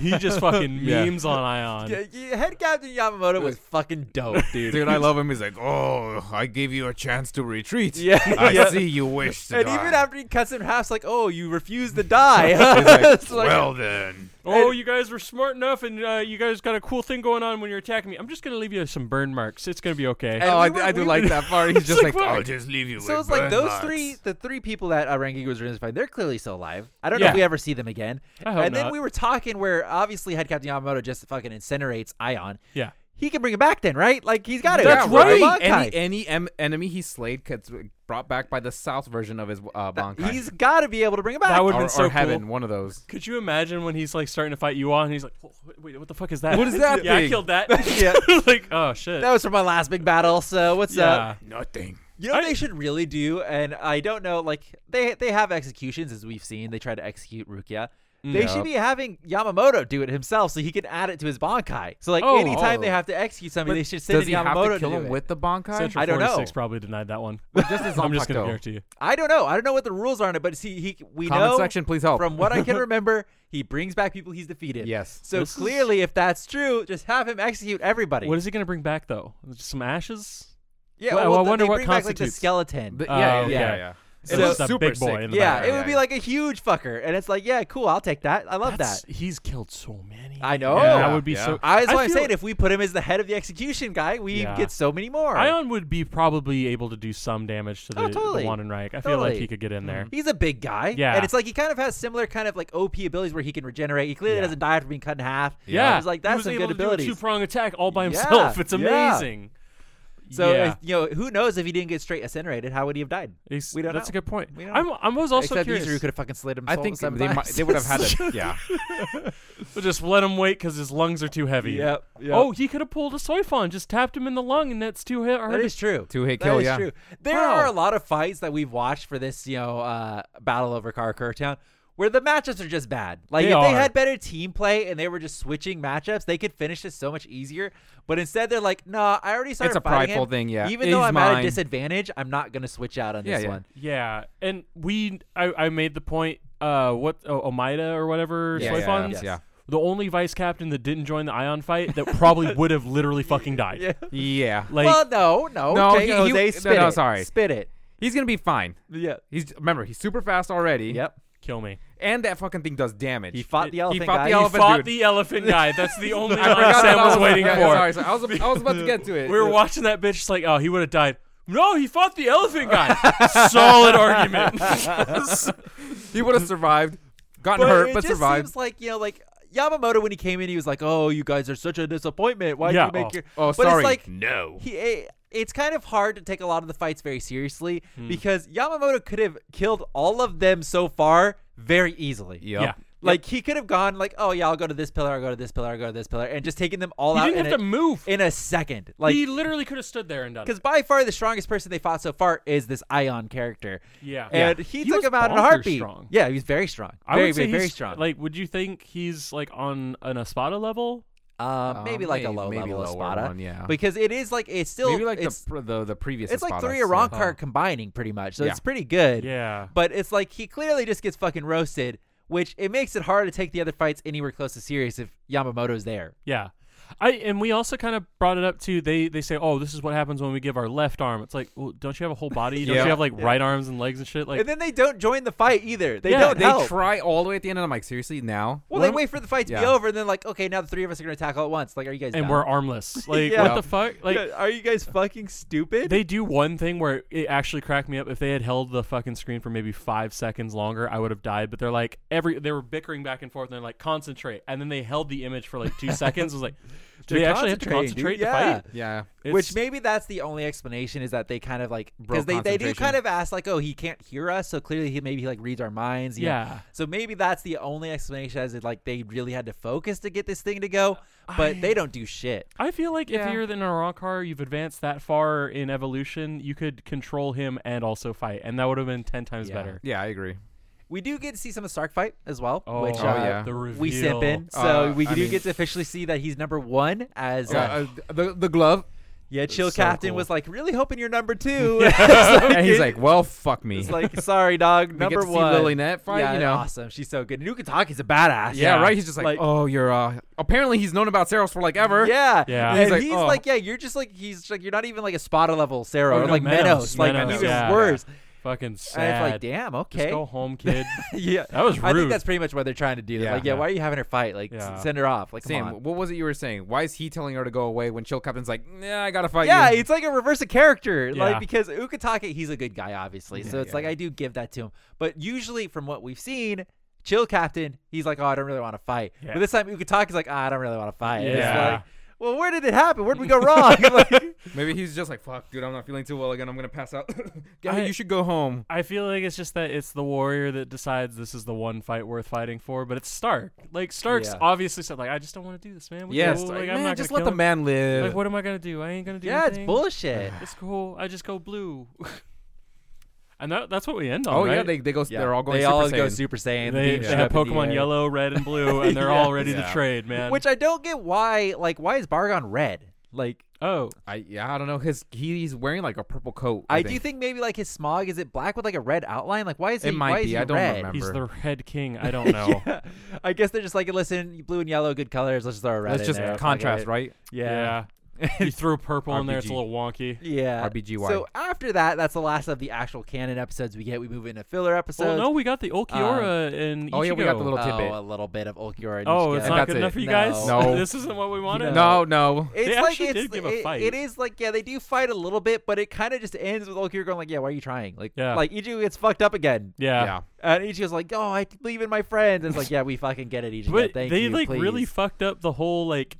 Speaker 4: he just fucking memes on Ion.
Speaker 3: Yeah, yeah, Head Captain Yamamoto
Speaker 2: (laughs)
Speaker 3: was fucking dope, dude.
Speaker 2: (laughs) Dude, I love him. He's like, oh, I gave you a chance to retreat.
Speaker 3: Yeah.
Speaker 2: I
Speaker 3: (laughs) Yeah.
Speaker 2: see you wish to
Speaker 3: and
Speaker 2: die.
Speaker 3: even after he cuts it in half, it's like, oh, you refuse to die. huh?" (laughs)
Speaker 2: (laughs) He's like,
Speaker 3: It's like,
Speaker 2: well then.
Speaker 4: Oh, you guys were smart enough, and uh, you guys got a cool thing going on when you're attacking me. I'm just gonna leave you some burn marks. It's gonna be okay.
Speaker 3: And we
Speaker 2: oh, I,
Speaker 3: were-
Speaker 2: I do
Speaker 3: we
Speaker 2: like
Speaker 3: were-
Speaker 2: that (laughs) part. He's just like,
Speaker 4: like, what?
Speaker 2: I'll just leave you
Speaker 3: So
Speaker 2: with
Speaker 3: it's like
Speaker 2: burn
Speaker 3: those
Speaker 2: marks."
Speaker 3: three, the three people that uh, Rangigo was identified, they're clearly still alive. I don't know if
Speaker 4: Yeah.
Speaker 3: we ever see them again.
Speaker 4: I hope
Speaker 3: and then
Speaker 4: not.
Speaker 3: we were talking where obviously Head Captain Yamamoto just fucking incinerates Ion.
Speaker 4: yeah.
Speaker 3: He can bring him back then, right? Like he's got it.
Speaker 2: Yeah,
Speaker 3: It's a
Speaker 2: right.
Speaker 3: Bankai.
Speaker 2: Any, any em- enemy he slayed gets brought back by the south version of his uh, Bankai.
Speaker 3: He's got to be able to bring him back.
Speaker 4: That would-
Speaker 2: or,
Speaker 4: Would've been
Speaker 2: or
Speaker 4: so
Speaker 2: heaven,
Speaker 4: cool.
Speaker 2: one of those.
Speaker 4: Could you imagine when he's like starting to fight you on? And he's like, "Whoa, wait, what the fuck is that?
Speaker 2: What is
Speaker 4: (laughs)
Speaker 2: that
Speaker 4: yeah, I
Speaker 2: thing?"
Speaker 4: killed that.
Speaker 3: (laughs) Yeah.
Speaker 4: (laughs) like, oh shit.
Speaker 3: that uh, was from my last big battle. So what's up?
Speaker 4: yeah.
Speaker 2: Nothing.
Speaker 3: You know what
Speaker 4: I-
Speaker 3: they should really do, and I don't know, like they they have executions as we've seen. They try to execute Rukia. They should
Speaker 2: Yep.
Speaker 3: be having Yamamoto do it himself so he can add it to his Bankai. So like
Speaker 4: Oh.
Speaker 3: anytime they have to execute somebody, they should send
Speaker 2: Does
Speaker 3: in
Speaker 2: he have
Speaker 3: Yamamoto
Speaker 2: to kill
Speaker 3: do
Speaker 2: him
Speaker 3: it.
Speaker 2: with the Bankai?
Speaker 4: Central
Speaker 3: I don't
Speaker 4: 46
Speaker 3: know.
Speaker 4: probably denied that one.
Speaker 2: (laughs) just
Speaker 4: (laughs)
Speaker 2: as
Speaker 4: I'm just gonna
Speaker 2: Zanpakuto.
Speaker 4: guarantee you.
Speaker 3: I don't know. I don't know what the rules are on it, but see, he we
Speaker 2: Comment
Speaker 3: know
Speaker 2: section, please help.
Speaker 3: from what I
Speaker 4: (laughs)
Speaker 3: can remember, he brings back people he's defeated.
Speaker 2: Yes.
Speaker 3: So
Speaker 4: This is-
Speaker 3: clearly, if that's true, just have him execute everybody.
Speaker 4: What is he gonna bring back though? Just some ashes?
Speaker 3: yeah,
Speaker 4: well, I
Speaker 3: th-
Speaker 4: wonder
Speaker 3: they
Speaker 4: what
Speaker 3: bring back like the
Speaker 4: constitutes-
Speaker 3: skeleton.
Speaker 2: The-
Speaker 4: Oh,
Speaker 2: yeah, yeah,
Speaker 4: okay.
Speaker 2: yeah, yeah.
Speaker 4: Yeah.
Speaker 3: So
Speaker 4: just a
Speaker 2: super
Speaker 4: big boy
Speaker 2: sick.
Speaker 4: in the
Speaker 3: yeah,
Speaker 4: back.
Speaker 3: it would be
Speaker 2: yeah.
Speaker 3: like a huge fucker, and it's like, yeah, cool, I'll take that. I love
Speaker 4: That's-
Speaker 3: that.
Speaker 4: He's killed so many.
Speaker 3: I know.
Speaker 4: Yeah, that would be
Speaker 2: Yeah.
Speaker 4: so.
Speaker 3: I, that's why I'm
Speaker 4: feel
Speaker 3: saying if we put him as the head of the execution guy, we
Speaker 4: Yeah.
Speaker 3: get so many more.
Speaker 4: Ion would be probably able to do some damage to the,
Speaker 3: Oh, totally.
Speaker 4: the Wand and Reich. I feel like
Speaker 3: Totally. Mm-hmm.
Speaker 4: he could get in there.
Speaker 3: He's a big guy.
Speaker 4: Yeah.
Speaker 3: And it's like he kind of has similar kind of like OP abilities where he can regenerate. He clearly
Speaker 4: Yeah.
Speaker 3: doesn't die after being cut in half.
Speaker 4: Yeah,
Speaker 3: It's like
Speaker 4: he
Speaker 3: that's
Speaker 4: was
Speaker 3: some
Speaker 4: able
Speaker 3: good
Speaker 4: to
Speaker 3: abilities.
Speaker 4: do a two-prong attack all by
Speaker 3: Yeah,
Speaker 4: himself. (laughs) It's
Speaker 3: yeah.
Speaker 4: amazing.
Speaker 3: so
Speaker 4: yeah.
Speaker 3: uh, you know, who knows if he didn't get straight incinerated, how would he have died?
Speaker 4: He's-
Speaker 3: we don't
Speaker 4: that's
Speaker 3: know.
Speaker 4: a good point.
Speaker 3: We don't
Speaker 4: I'm, I was also
Speaker 3: Except
Speaker 4: curious.
Speaker 3: Izuru could have fucking slayed him.
Speaker 2: I think they, might, they would have had a (laughs) yeah.
Speaker 4: But just let him wait because his lungs are too heavy.
Speaker 3: Yep, yep.
Speaker 4: Oh, he could have pulled a soifon, just tapped him in the lung, and that's too he- hard.
Speaker 3: That
Speaker 4: to-
Speaker 3: is true.
Speaker 2: Two hit
Speaker 3: That
Speaker 2: kill,
Speaker 3: is
Speaker 2: yeah.
Speaker 3: true. There
Speaker 4: Wow.
Speaker 3: are a lot of fights that we've watched for this, you know, uh, battle over Karakura Town where the matchups are just bad. Like
Speaker 4: They
Speaker 3: if they
Speaker 4: are.
Speaker 3: had better team play and they were just switching matchups, they could finish this so much easier. But instead, they're like, "No, nah, I already started."
Speaker 2: a
Speaker 3: fighting
Speaker 2: prideful
Speaker 3: him.
Speaker 2: thing, yeah.
Speaker 3: Even
Speaker 2: He's
Speaker 3: though I'm at a
Speaker 2: mine."
Speaker 3: disadvantage, I'm not gonna switch out on
Speaker 2: Yeah,
Speaker 3: this
Speaker 2: yeah.
Speaker 3: one.
Speaker 4: yeah, and we, I, I made the point. Uh, what oh, Omaida or whatever
Speaker 2: Yeah, yeah,
Speaker 4: soifons.
Speaker 2: yeah.
Speaker 4: The only vice captain that didn't join the Ion fight that
Speaker 2: (laughs)
Speaker 4: probably would have literally fucking died.
Speaker 2: Yeah.
Speaker 4: Like
Speaker 3: well, no, no,
Speaker 2: No,
Speaker 3: okay,
Speaker 2: he- he-
Speaker 3: Jose,
Speaker 2: no,
Speaker 3: spit
Speaker 2: no,
Speaker 3: it.
Speaker 2: sorry.
Speaker 3: spit it.
Speaker 2: He's gonna be fine.
Speaker 3: Yeah.
Speaker 2: He's remember he's super fast already.
Speaker 3: Yep.
Speaker 4: kill me.
Speaker 2: And that fucking thing does damage.
Speaker 3: He fought the elephant
Speaker 2: fought
Speaker 3: guy. He
Speaker 2: the
Speaker 4: He
Speaker 2: elephant
Speaker 4: fought
Speaker 2: oh, dude.
Speaker 4: the elephant guy. That's
Speaker 2: (laughs)
Speaker 4: the only
Speaker 2: I
Speaker 4: line
Speaker 2: forgot
Speaker 4: Sam
Speaker 2: about
Speaker 4: was
Speaker 2: that.
Speaker 4: waiting
Speaker 2: Yeah,
Speaker 4: for.
Speaker 2: yeah, Sorry, sorry. I was I was about to get to it.
Speaker 4: We were watching that bitch. Just like, oh, he would have died. No, he fought the elephant
Speaker 2: (laughs)
Speaker 4: guy. Solid argument. (laughs)
Speaker 2: he would have survived, gotten
Speaker 3: But
Speaker 2: hurt,
Speaker 3: it
Speaker 2: but
Speaker 3: just
Speaker 2: survived.
Speaker 3: seems like you know, like Yamamoto when he came in, he was like, "Oh, you guys are such a disappointment. Why would
Speaker 4: Yeah,
Speaker 3: you make
Speaker 4: oh.
Speaker 3: your?"
Speaker 2: oh,
Speaker 3: but
Speaker 2: sorry.
Speaker 3: it's like
Speaker 2: no.
Speaker 3: he. eh, it's kind of hard to take a lot of the fights very seriously
Speaker 4: Hmm.
Speaker 3: because Yamamoto could have killed all of them so far very easily.
Speaker 4: Yeah.
Speaker 3: Like he could have gone like, oh yeah, I'll go to this pillar, I'll go to this pillar, I'll go to this pillar, and just taken them all
Speaker 4: He
Speaker 3: out
Speaker 4: didn't
Speaker 3: in
Speaker 4: have
Speaker 3: a,
Speaker 4: to move.
Speaker 3: in a second. Like
Speaker 4: he literally could have stood there and done
Speaker 3: because
Speaker 4: it.
Speaker 3: by far the strongest person they fought so far is this Ion character.
Speaker 4: Yeah.
Speaker 3: and
Speaker 4: Yeah.
Speaker 3: he,
Speaker 4: He
Speaker 3: took
Speaker 4: was
Speaker 3: him out in a
Speaker 4: bonkers
Speaker 3: heartbeat.
Speaker 4: strong.
Speaker 3: Yeah, he was very strong.
Speaker 4: I
Speaker 3: very,
Speaker 4: would say
Speaker 3: very, very
Speaker 4: he's-
Speaker 3: strong.
Speaker 4: Like, would you think he's like on an Espada level?
Speaker 3: Uh,
Speaker 2: Uh,
Speaker 3: maybe like
Speaker 2: may-
Speaker 3: a low
Speaker 2: maybe
Speaker 3: level
Speaker 2: lower
Speaker 3: Espada,
Speaker 2: one, yeah.
Speaker 3: Because it is like it's still
Speaker 2: Maybe like
Speaker 3: it's,
Speaker 2: the, pr- the the previous.
Speaker 3: it's like
Speaker 2: Espadas,
Speaker 3: three Iran
Speaker 2: Uh-huh.
Speaker 3: card combining pretty much, so
Speaker 2: Yeah.
Speaker 3: it's pretty good.
Speaker 4: Yeah.
Speaker 3: But it's like he clearly just gets fucking roasted, which it makes it hard to take the other fights anywhere close to serious if Yamamoto's there.
Speaker 4: Yeah. I and we also kind of brought it up too. They they say, oh, this is what happens when we give our left arm. It's like, well, don't you have a whole body? Don't
Speaker 2: Yeah.
Speaker 4: you have like right arms and legs and shit? Like,
Speaker 3: And then they don't join the fight either. They
Speaker 4: Yeah,
Speaker 3: don't
Speaker 2: They
Speaker 3: help.
Speaker 2: try all the way at the end, and I'm like, seriously, now?
Speaker 3: well, they wait for the fight to be
Speaker 2: Yeah.
Speaker 3: over, and then like, okay, now the three of us are gonna attack all at once. Like, are you guys?
Speaker 4: and
Speaker 3: dumb?
Speaker 4: we're armless. Like, (laughs)
Speaker 3: Yeah.
Speaker 4: what the fuck? Like,
Speaker 3: Yeah, (laughs) are you guys fucking stupid?
Speaker 4: They do one thing where it actually cracked me up. If they had held the fucking screen for maybe five seconds longer, I would have died. But they're like every they were bickering back and forth, and they're like concentrate, and then they held the image for like
Speaker 3: (laughs)
Speaker 4: two seconds. It was like, do they actually have to
Speaker 3: concentrating,
Speaker 4: concentrate
Speaker 3: dude.
Speaker 4: to
Speaker 3: Yeah.
Speaker 4: fight?
Speaker 2: Yeah.
Speaker 4: It's-
Speaker 3: Which maybe that's the only explanation is that they kind of like because
Speaker 2: Broke
Speaker 3: they, they do
Speaker 2: concentration.
Speaker 3: kind of ask like oh he can't hear us so clearly he maybe he like reads our minds you know.
Speaker 4: Yeah.
Speaker 3: so maybe that's the only explanation as it like they really had to focus to get this thing to go but they don't do shit
Speaker 4: I feel like
Speaker 2: Yeah.
Speaker 4: if you're in a rock car, you've advanced that far in evolution, you could control him and also fight, and that would have been ten times
Speaker 3: Yeah.
Speaker 4: better.
Speaker 2: Yeah, I agree.
Speaker 3: we do get to see some of Stark fight as well
Speaker 4: Oh,
Speaker 3: which uh,
Speaker 2: yeah.
Speaker 4: the reveal.
Speaker 3: we simp in so
Speaker 2: Uh,
Speaker 3: we
Speaker 2: I
Speaker 3: do
Speaker 2: mean-
Speaker 3: get to officially see that he's number one as uh, (laughs)
Speaker 2: Uh, the the glove.
Speaker 3: Yeah, chill
Speaker 4: so
Speaker 3: captain
Speaker 4: cool.
Speaker 3: was like, really hoping you're number
Speaker 2: (laughs)
Speaker 3: two. (laughs)
Speaker 2: and he's like, well, fuck me.
Speaker 3: it's like, sorry, dog,
Speaker 2: we
Speaker 3: number
Speaker 2: get to
Speaker 3: one.
Speaker 2: see Lily Net fight,
Speaker 3: yeah,
Speaker 2: you know.
Speaker 3: awesome. She's so good. Nukataki's a badass.
Speaker 2: Yeah,
Speaker 4: Yeah.
Speaker 2: right. He's just like,
Speaker 3: Like-
Speaker 2: oh, you're. uh Apparently, he's known about Saros for like ever.
Speaker 3: Yeah,
Speaker 4: Yeah.
Speaker 3: And
Speaker 2: He's
Speaker 3: he's,
Speaker 2: like,
Speaker 3: like,
Speaker 2: "Oh."
Speaker 3: yeah, you're just like he's like you're not even like a spotter level Sarah
Speaker 4: Oh,
Speaker 3: or
Speaker 4: no,
Speaker 3: like
Speaker 4: Menos.
Speaker 3: Menos, like
Speaker 4: Menos,
Speaker 3: even
Speaker 4: yeah.
Speaker 3: worse.
Speaker 4: Fucking
Speaker 3: And it's
Speaker 4: sad.
Speaker 3: like, damn,
Speaker 4: Just
Speaker 3: okay,
Speaker 4: go home, kid.
Speaker 3: (laughs) yeah.
Speaker 4: That was
Speaker 3: I think
Speaker 4: rude.
Speaker 3: that's pretty much what they're trying to do. They're
Speaker 2: Yeah.
Speaker 3: like, yeah,
Speaker 4: Yeah.
Speaker 3: why are you having her fight? Like, s-
Speaker 4: Yeah.
Speaker 3: send her off. Like, come
Speaker 2: Sam,
Speaker 3: on.
Speaker 2: what was it you were saying? Why is he telling her to go away when Chill Captain's like, nah, I gotta fight
Speaker 3: Yeah,
Speaker 2: you?
Speaker 3: it's like a reverse of character.
Speaker 4: Yeah.
Speaker 3: Like because Ukatake, he's a good guy, obviously. so
Speaker 2: Yeah,
Speaker 3: it's
Speaker 2: yeah,
Speaker 3: like I do give that to him. But usually, from what we've seen, Chill Captain, he's like, oh, I don't really want to fight.
Speaker 4: Yeah.
Speaker 3: But this time, Ukatake's like, ah, I don't really want to fight. And
Speaker 4: Yeah.
Speaker 3: It's like, well, where did it happen? Where did we go wrong? (laughs)
Speaker 4: (laughs)
Speaker 3: like,
Speaker 2: Maybe he's just like, fuck, dude, I'm not feeling too well again. I'm gonna pass out. (laughs) Gabby,
Speaker 4: I-
Speaker 2: you should go home.
Speaker 4: I feel like it's just that it's the warrior that decides this is the one fight worth fighting for, but it's Stark. Like Stark's
Speaker 3: Yeah.
Speaker 4: obviously said, like I just don't want to do this, man. We
Speaker 2: Yes,
Speaker 4: cool.
Speaker 2: like,
Speaker 4: like, I'm
Speaker 2: man,
Speaker 4: not
Speaker 2: just
Speaker 4: gonna
Speaker 2: let
Speaker 4: kill
Speaker 2: the
Speaker 4: him.
Speaker 2: man live.
Speaker 4: Like what am I gonna do? I ain't gonna do.
Speaker 3: yeah, it's
Speaker 4: anything.
Speaker 3: bullshit.
Speaker 4: It's cool. I just go blue. (laughs) and that, that's what we end on.
Speaker 2: oh yeah,
Speaker 4: right?
Speaker 2: they they go.
Speaker 3: Yeah.
Speaker 2: They're all going.
Speaker 3: They
Speaker 2: Super
Speaker 3: all
Speaker 2: Saiyan.
Speaker 3: go Super Saiyan.
Speaker 4: they,
Speaker 3: beam
Speaker 4: they
Speaker 3: shot up
Speaker 4: have
Speaker 3: in the E
Speaker 4: Pokemon
Speaker 3: air.
Speaker 4: Yellow, Red, and Blue, and
Speaker 2: (laughs)
Speaker 4: they're all ready to
Speaker 2: Yeah.
Speaker 4: trade, man.
Speaker 3: Which I don't get why. Like, why is Bargon red? Like,
Speaker 4: oh,
Speaker 2: I yeah, I don't know. His he's wearing like a purple coat.
Speaker 3: I, do think maybe like his smog is it black with like a red outline? Like, why is he?
Speaker 2: It might
Speaker 3: why is
Speaker 2: be,
Speaker 3: he
Speaker 2: I don't
Speaker 3: red?
Speaker 2: remember.
Speaker 4: he's the Red King. I
Speaker 2: (laughs)
Speaker 4: don't know.
Speaker 3: Yeah. (laughs) I guess they're just like, listen, blue and yellow, good colors. Let's just throw a red.
Speaker 2: That's
Speaker 3: in
Speaker 2: just
Speaker 3: there. Fuck
Speaker 2: contrast,
Speaker 3: it.
Speaker 2: right?
Speaker 3: Yeah.
Speaker 2: (laughs)
Speaker 4: you threw purple in there. It's a
Speaker 2: RPG.
Speaker 4: little wonky.
Speaker 3: Yeah.
Speaker 2: RBGY.
Speaker 3: So after that, that's the last of the actual canon episodes we get. We move into filler episodes.
Speaker 4: well, Oh, no, we got the Olkiora and
Speaker 2: oh, yeah, we got the
Speaker 4: Ichigo.
Speaker 2: little
Speaker 3: oh,
Speaker 2: tidbit.
Speaker 3: a little bit of Ulquiorra. and
Speaker 4: Oh,
Speaker 3: Ichigo.
Speaker 4: it's
Speaker 2: And
Speaker 4: not
Speaker 2: that's
Speaker 4: good
Speaker 2: it.
Speaker 4: enough for you
Speaker 3: No.
Speaker 4: guys.
Speaker 2: No.
Speaker 4: this isn't what we wanted.
Speaker 2: No, no.
Speaker 3: It's
Speaker 4: They
Speaker 3: like
Speaker 4: actually
Speaker 3: it's,
Speaker 4: did give a
Speaker 3: it-
Speaker 4: fight.
Speaker 3: it is like yeah, they do fight a little bit, but it kind of just ends with Ulquiorra going like, yeah, why are you trying? Like,
Speaker 4: Yeah.
Speaker 3: like Ichigo gets fucked up again,
Speaker 4: Yeah.
Speaker 2: Yeah.
Speaker 3: and Ichigo's like, oh, I believe in my friends.
Speaker 4: (laughs)
Speaker 3: And it's like, yeah, we fucking get it, Ichigo.
Speaker 4: But
Speaker 3: Thank
Speaker 4: they
Speaker 3: you.
Speaker 4: like really
Speaker 3: please."
Speaker 4: fucked up the whole like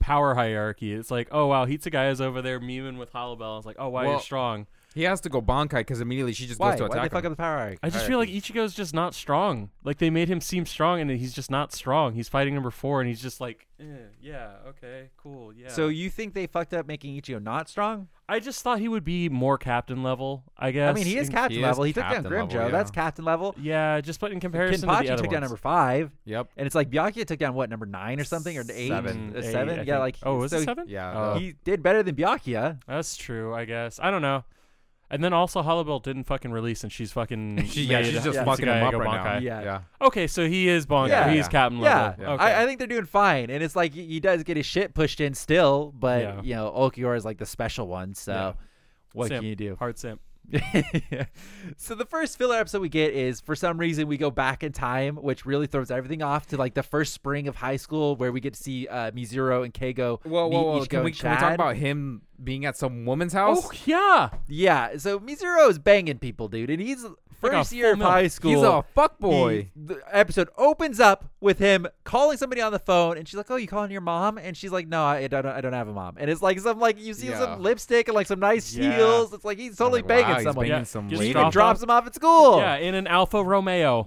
Speaker 4: power hierarchy. It's like, oh wow, Hitsugaya is over there memeing with Hollowbell. It's like, oh wow,
Speaker 2: Well,
Speaker 4: you're strong.
Speaker 2: He has to go Bankai because immediately she just
Speaker 3: why?
Speaker 2: goes to
Speaker 3: Why they
Speaker 2: attack
Speaker 3: fuck
Speaker 2: him.
Speaker 3: up the power hierarchy?
Speaker 4: I just feel like Ichigo's just not strong. Like they made him seem strong, and he's just not strong. He's fighting number four, and he's just like, eh, yeah, okay, cool, yeah.
Speaker 3: So you think they fucked up making Ichigo not strong?
Speaker 4: I just thought he would be more captain level. I guess.
Speaker 3: I mean, he is
Speaker 4: in-
Speaker 3: captain
Speaker 2: is
Speaker 3: level. he took down
Speaker 2: captain
Speaker 3: Grimjoe.
Speaker 2: level, yeah.
Speaker 3: That's captain level.
Speaker 4: Yeah, just but in comparison to
Speaker 3: Kenpachi
Speaker 4: the
Speaker 3: took
Speaker 4: other
Speaker 3: down
Speaker 4: ones.
Speaker 3: number five,
Speaker 2: Yep.
Speaker 3: and it's like Byakuya took down what number nine or something or eight,
Speaker 2: Seven.
Speaker 3: Uh,
Speaker 4: Eight,
Speaker 3: seven.
Speaker 4: I
Speaker 3: yeah,
Speaker 4: think.
Speaker 3: like
Speaker 4: oh, was
Speaker 3: so
Speaker 4: it seven?
Speaker 2: Yeah.
Speaker 4: Oh.
Speaker 3: He did better than Byakuya.
Speaker 4: That's true, I guess. I don't know. And then also Hollowbell didn't fucking release, and
Speaker 3: (laughs)
Speaker 4: she's fucking.
Speaker 2: She, yeah,
Speaker 4: made
Speaker 2: she's just
Speaker 3: yeah.
Speaker 2: fucking him
Speaker 4: Hitsugaya
Speaker 2: up
Speaker 4: go
Speaker 2: right now.
Speaker 4: bonkai.
Speaker 3: Yeah.
Speaker 2: yeah.
Speaker 4: Okay, so he is Bonkai.
Speaker 3: Yeah.
Speaker 4: He's captain
Speaker 3: Yeah,
Speaker 4: level. Okay.
Speaker 3: I, I think they're doing fine, and it's like he, he does get his shit pushed in still, but
Speaker 4: Yeah.
Speaker 3: you know Ulquiorra is like the special one, so.
Speaker 4: Yeah.
Speaker 3: What
Speaker 4: Simp.
Speaker 3: can you (laughs) do?
Speaker 4: Hard simp.
Speaker 3: So the first filler episode we get is for some reason we go back in time, which really throws everything off to like the first spring of high school where we get to see uh, Mizuro and Keigo.
Speaker 2: Whoa,
Speaker 3: meet
Speaker 2: whoa, whoa.
Speaker 3: Ichigo
Speaker 2: Can we,
Speaker 3: and
Speaker 2: can we talk
Speaker 3: Chad.
Speaker 2: about him being at some woman's house?
Speaker 4: Oh yeah,
Speaker 3: Yeah, so Mizuro is banging people, dude, and he's first
Speaker 4: full
Speaker 3: year of
Speaker 4: mil-
Speaker 3: high school.
Speaker 2: He's a fuck boy.
Speaker 3: He- the episode opens up with him calling somebody on the phone, and she's like, "Oh, you calling your mom?" And she's like, "No, I don't. I don't have a mom." And it's like some like you see
Speaker 2: Yeah.
Speaker 3: some lipstick and like some nice
Speaker 4: Yeah.
Speaker 3: heels. It's like he's totally
Speaker 2: like,
Speaker 3: banging
Speaker 2: wow, he's
Speaker 3: someone.
Speaker 2: banging
Speaker 4: Yeah,
Speaker 2: some
Speaker 4: just
Speaker 2: lady.
Speaker 4: dropped
Speaker 3: Drops him off at school. (laughs)
Speaker 4: yeah, in an Alfa Romeo.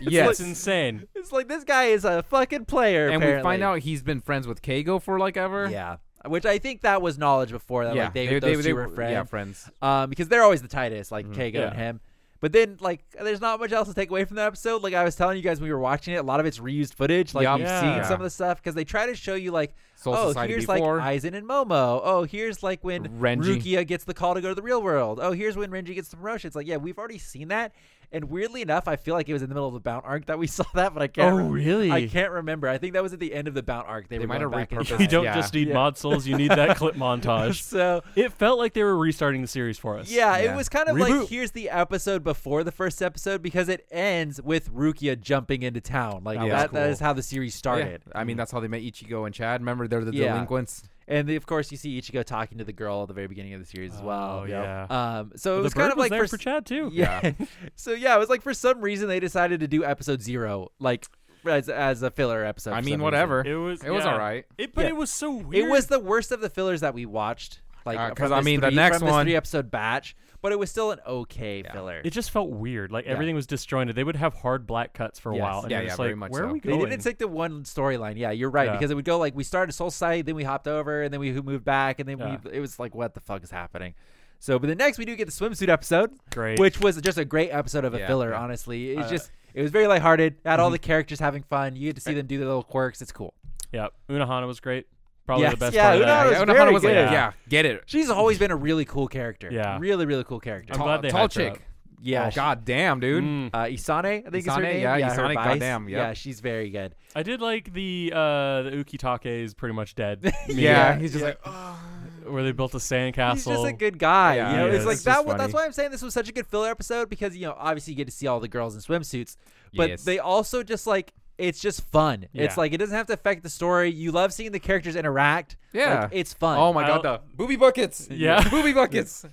Speaker 2: Yes.
Speaker 4: it's (laughs) insane.
Speaker 3: It's like this guy is a fucking player.
Speaker 2: and we
Speaker 3: apparently.
Speaker 2: find out he's been friends with Kago for like ever.
Speaker 3: yeah. Which I think that was knowledge before that.
Speaker 2: Yeah,
Speaker 3: like they,
Speaker 2: they,
Speaker 3: those
Speaker 2: they,
Speaker 3: two
Speaker 2: they
Speaker 3: were friends.
Speaker 2: Yeah, friends.
Speaker 3: um, because they're always the tightest,
Speaker 2: Mm-hmm.
Speaker 3: like Kago
Speaker 4: Yeah.
Speaker 3: and him. But then, like, there's not much else to take away from that episode. Like I was telling you guys, when we were watching it. A lot of it's reused footage. Like
Speaker 2: Yup.
Speaker 3: you've
Speaker 4: Yeah.
Speaker 3: seen
Speaker 2: Yeah.
Speaker 3: some of the stuff because they try to show you, like,
Speaker 2: Soul
Speaker 3: oh,
Speaker 2: Society
Speaker 3: here's
Speaker 2: before.
Speaker 3: like Aizen and Momo. Oh, here's like when
Speaker 2: Renji.
Speaker 3: Rukia gets the call to go to the real world. Oh, here's when Renji gets the promotion. It's like, yeah, we've already seen that. And weirdly enough, I feel like it was in the middle of the Bount arc that we (laughs) saw that, but I can't.
Speaker 4: Oh,
Speaker 3: rem-
Speaker 4: really?
Speaker 3: I can't remember. I think that was at the end of the Bount arc. They,
Speaker 2: They
Speaker 3: were
Speaker 2: might
Speaker 3: going
Speaker 2: have
Speaker 3: back in
Speaker 2: repurposed
Speaker 3: time.
Speaker 4: You don't
Speaker 2: Yeah.
Speaker 4: just need mod souls; you need that clip montage.
Speaker 3: (laughs) So
Speaker 4: It felt like they were restarting the series for us.
Speaker 3: Yeah,
Speaker 2: Yeah.
Speaker 3: it was kind of
Speaker 4: Reboot.
Speaker 3: like here's the episode before the first episode because it ends with Rukia jumping into town. Like
Speaker 2: That
Speaker 3: that,
Speaker 2: was
Speaker 3: that
Speaker 2: cool.
Speaker 3: is how the series
Speaker 2: Yeah.
Speaker 3: started.
Speaker 2: I mean, that's how they met Ichigo and Chad. Remember, they're the
Speaker 3: Yeah.
Speaker 2: delinquents.
Speaker 3: And the, of course, you see Ichigo talking to the girl at the very beginning of the series as well.
Speaker 4: Oh, yeah.
Speaker 3: Um, so it
Speaker 4: the
Speaker 3: was
Speaker 4: bird
Speaker 3: kind of
Speaker 4: was
Speaker 3: like
Speaker 4: there
Speaker 3: for,
Speaker 4: for Chad too.
Speaker 3: Yeah. (laughs) so yeah, it was like for some reason they decided to do episode zero, like as as a filler episode.
Speaker 2: I
Speaker 3: for
Speaker 2: mean,
Speaker 3: some
Speaker 2: whatever.
Speaker 4: It was.
Speaker 2: It was
Speaker 4: yeah.
Speaker 2: all right.
Speaker 4: It, but
Speaker 3: Yeah.
Speaker 4: it was so
Speaker 3: reason.
Speaker 4: weird.
Speaker 3: It was the worst of the fillers that we watched. Like
Speaker 2: Uh, 'cause,
Speaker 3: because
Speaker 2: I mean, the
Speaker 3: three,
Speaker 2: next
Speaker 3: from this
Speaker 2: one-
Speaker 3: three episode batch, but it was still an okay filler.
Speaker 4: It just felt weird. Like everything was disjointed. They would have hard black cuts for a
Speaker 3: Yes.
Speaker 4: while. And
Speaker 2: Yeah,
Speaker 4: it was
Speaker 2: yeah,
Speaker 4: like,
Speaker 2: very much
Speaker 4: Where
Speaker 2: so.
Speaker 4: are we
Speaker 3: They
Speaker 4: going?
Speaker 3: didn't stick to one storyline. Yeah, you're right
Speaker 4: Yeah.
Speaker 3: because it would go like we started Soul Society, then we hopped over, and then we moved back, and then
Speaker 4: Yeah.
Speaker 3: we it was like what the fuck is happening. So, but the next we do get the swimsuit episode,
Speaker 4: Great. Uh,
Speaker 3: which was just a great episode of a
Speaker 2: Yeah,
Speaker 3: filler.
Speaker 2: yeah.
Speaker 3: Honestly, it's just it was very
Speaker 4: Mm-hmm. Uh,
Speaker 3: lighthearted. Had all the characters having fun. You get to see them do their little quirks. It's cool.
Speaker 4: yeah, Unohana was great. Probably
Speaker 3: Yes,
Speaker 4: the best
Speaker 3: yeah,
Speaker 4: part of
Speaker 3: Una
Speaker 4: that.
Speaker 3: was
Speaker 2: yeah, Unohana
Speaker 3: very
Speaker 2: was like,
Speaker 4: good.
Speaker 2: yeah, get it.
Speaker 3: She's always been a really cool character.
Speaker 4: Yeah.
Speaker 3: Really, really cool character.
Speaker 4: I'm
Speaker 2: Tall-
Speaker 4: glad they
Speaker 2: tall
Speaker 4: hyped her
Speaker 2: chick.
Speaker 4: up.
Speaker 3: yeah.
Speaker 2: Oh, God damn, dude.
Speaker 4: Mm.
Speaker 3: Uh, Isane, I think is her
Speaker 2: Isane,
Speaker 3: name.
Speaker 2: yeah,
Speaker 3: her
Speaker 2: Isane,
Speaker 3: vice.
Speaker 2: goddamn, yep.
Speaker 3: Yeah, she's very good.
Speaker 4: I did like the uh, the Ukitake is pretty much
Speaker 2: (laughs)
Speaker 4: dead. meme,
Speaker 2: Yeah, he's just
Speaker 3: yeah.
Speaker 2: like,
Speaker 4: where they built a sandcastle.
Speaker 3: He's just a good guy.
Speaker 2: Yeah,
Speaker 3: you know,
Speaker 4: he
Speaker 3: it's
Speaker 4: is.
Speaker 3: like
Speaker 4: It's
Speaker 3: that.
Speaker 2: just
Speaker 3: wa- That's
Speaker 2: funny.
Speaker 3: why I'm saying this was such a good filler episode because you know, obviously, you get to see all the girls in swimsuits, but
Speaker 2: Yes.
Speaker 3: they also just like it's just fun. It's
Speaker 4: Yeah.
Speaker 3: like it doesn't have to affect the story. You love seeing the characters interact. Like,
Speaker 2: Yeah.
Speaker 3: it's fun.
Speaker 2: oh my
Speaker 4: I
Speaker 2: God, the booby buckets.
Speaker 4: Uh, Yeah. (laughs)
Speaker 2: booby buckets.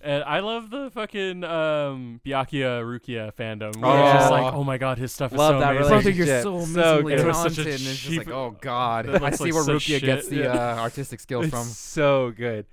Speaker 4: And I love the fucking um, Byakuya Rukia fandom. Where
Speaker 2: Oh.
Speaker 4: it's just
Speaker 2: Yeah.
Speaker 4: like, oh my god, his stuff is
Speaker 3: Love
Speaker 4: so
Speaker 3: that
Speaker 4: amazing.
Speaker 2: Brother,
Speaker 3: relationship.
Speaker 2: you're so
Speaker 3: (laughs)
Speaker 2: amazingly
Speaker 4: good. It was such a
Speaker 2: talented. And it's just
Speaker 4: cheap-
Speaker 2: like, oh God.
Speaker 4: That
Speaker 2: I
Speaker 4: looks
Speaker 2: see
Speaker 4: like
Speaker 2: where
Speaker 4: such
Speaker 2: Rukia
Speaker 4: shit.
Speaker 2: gets the
Speaker 4: Yeah. (laughs)
Speaker 2: uh, artistic skill from.
Speaker 3: so good.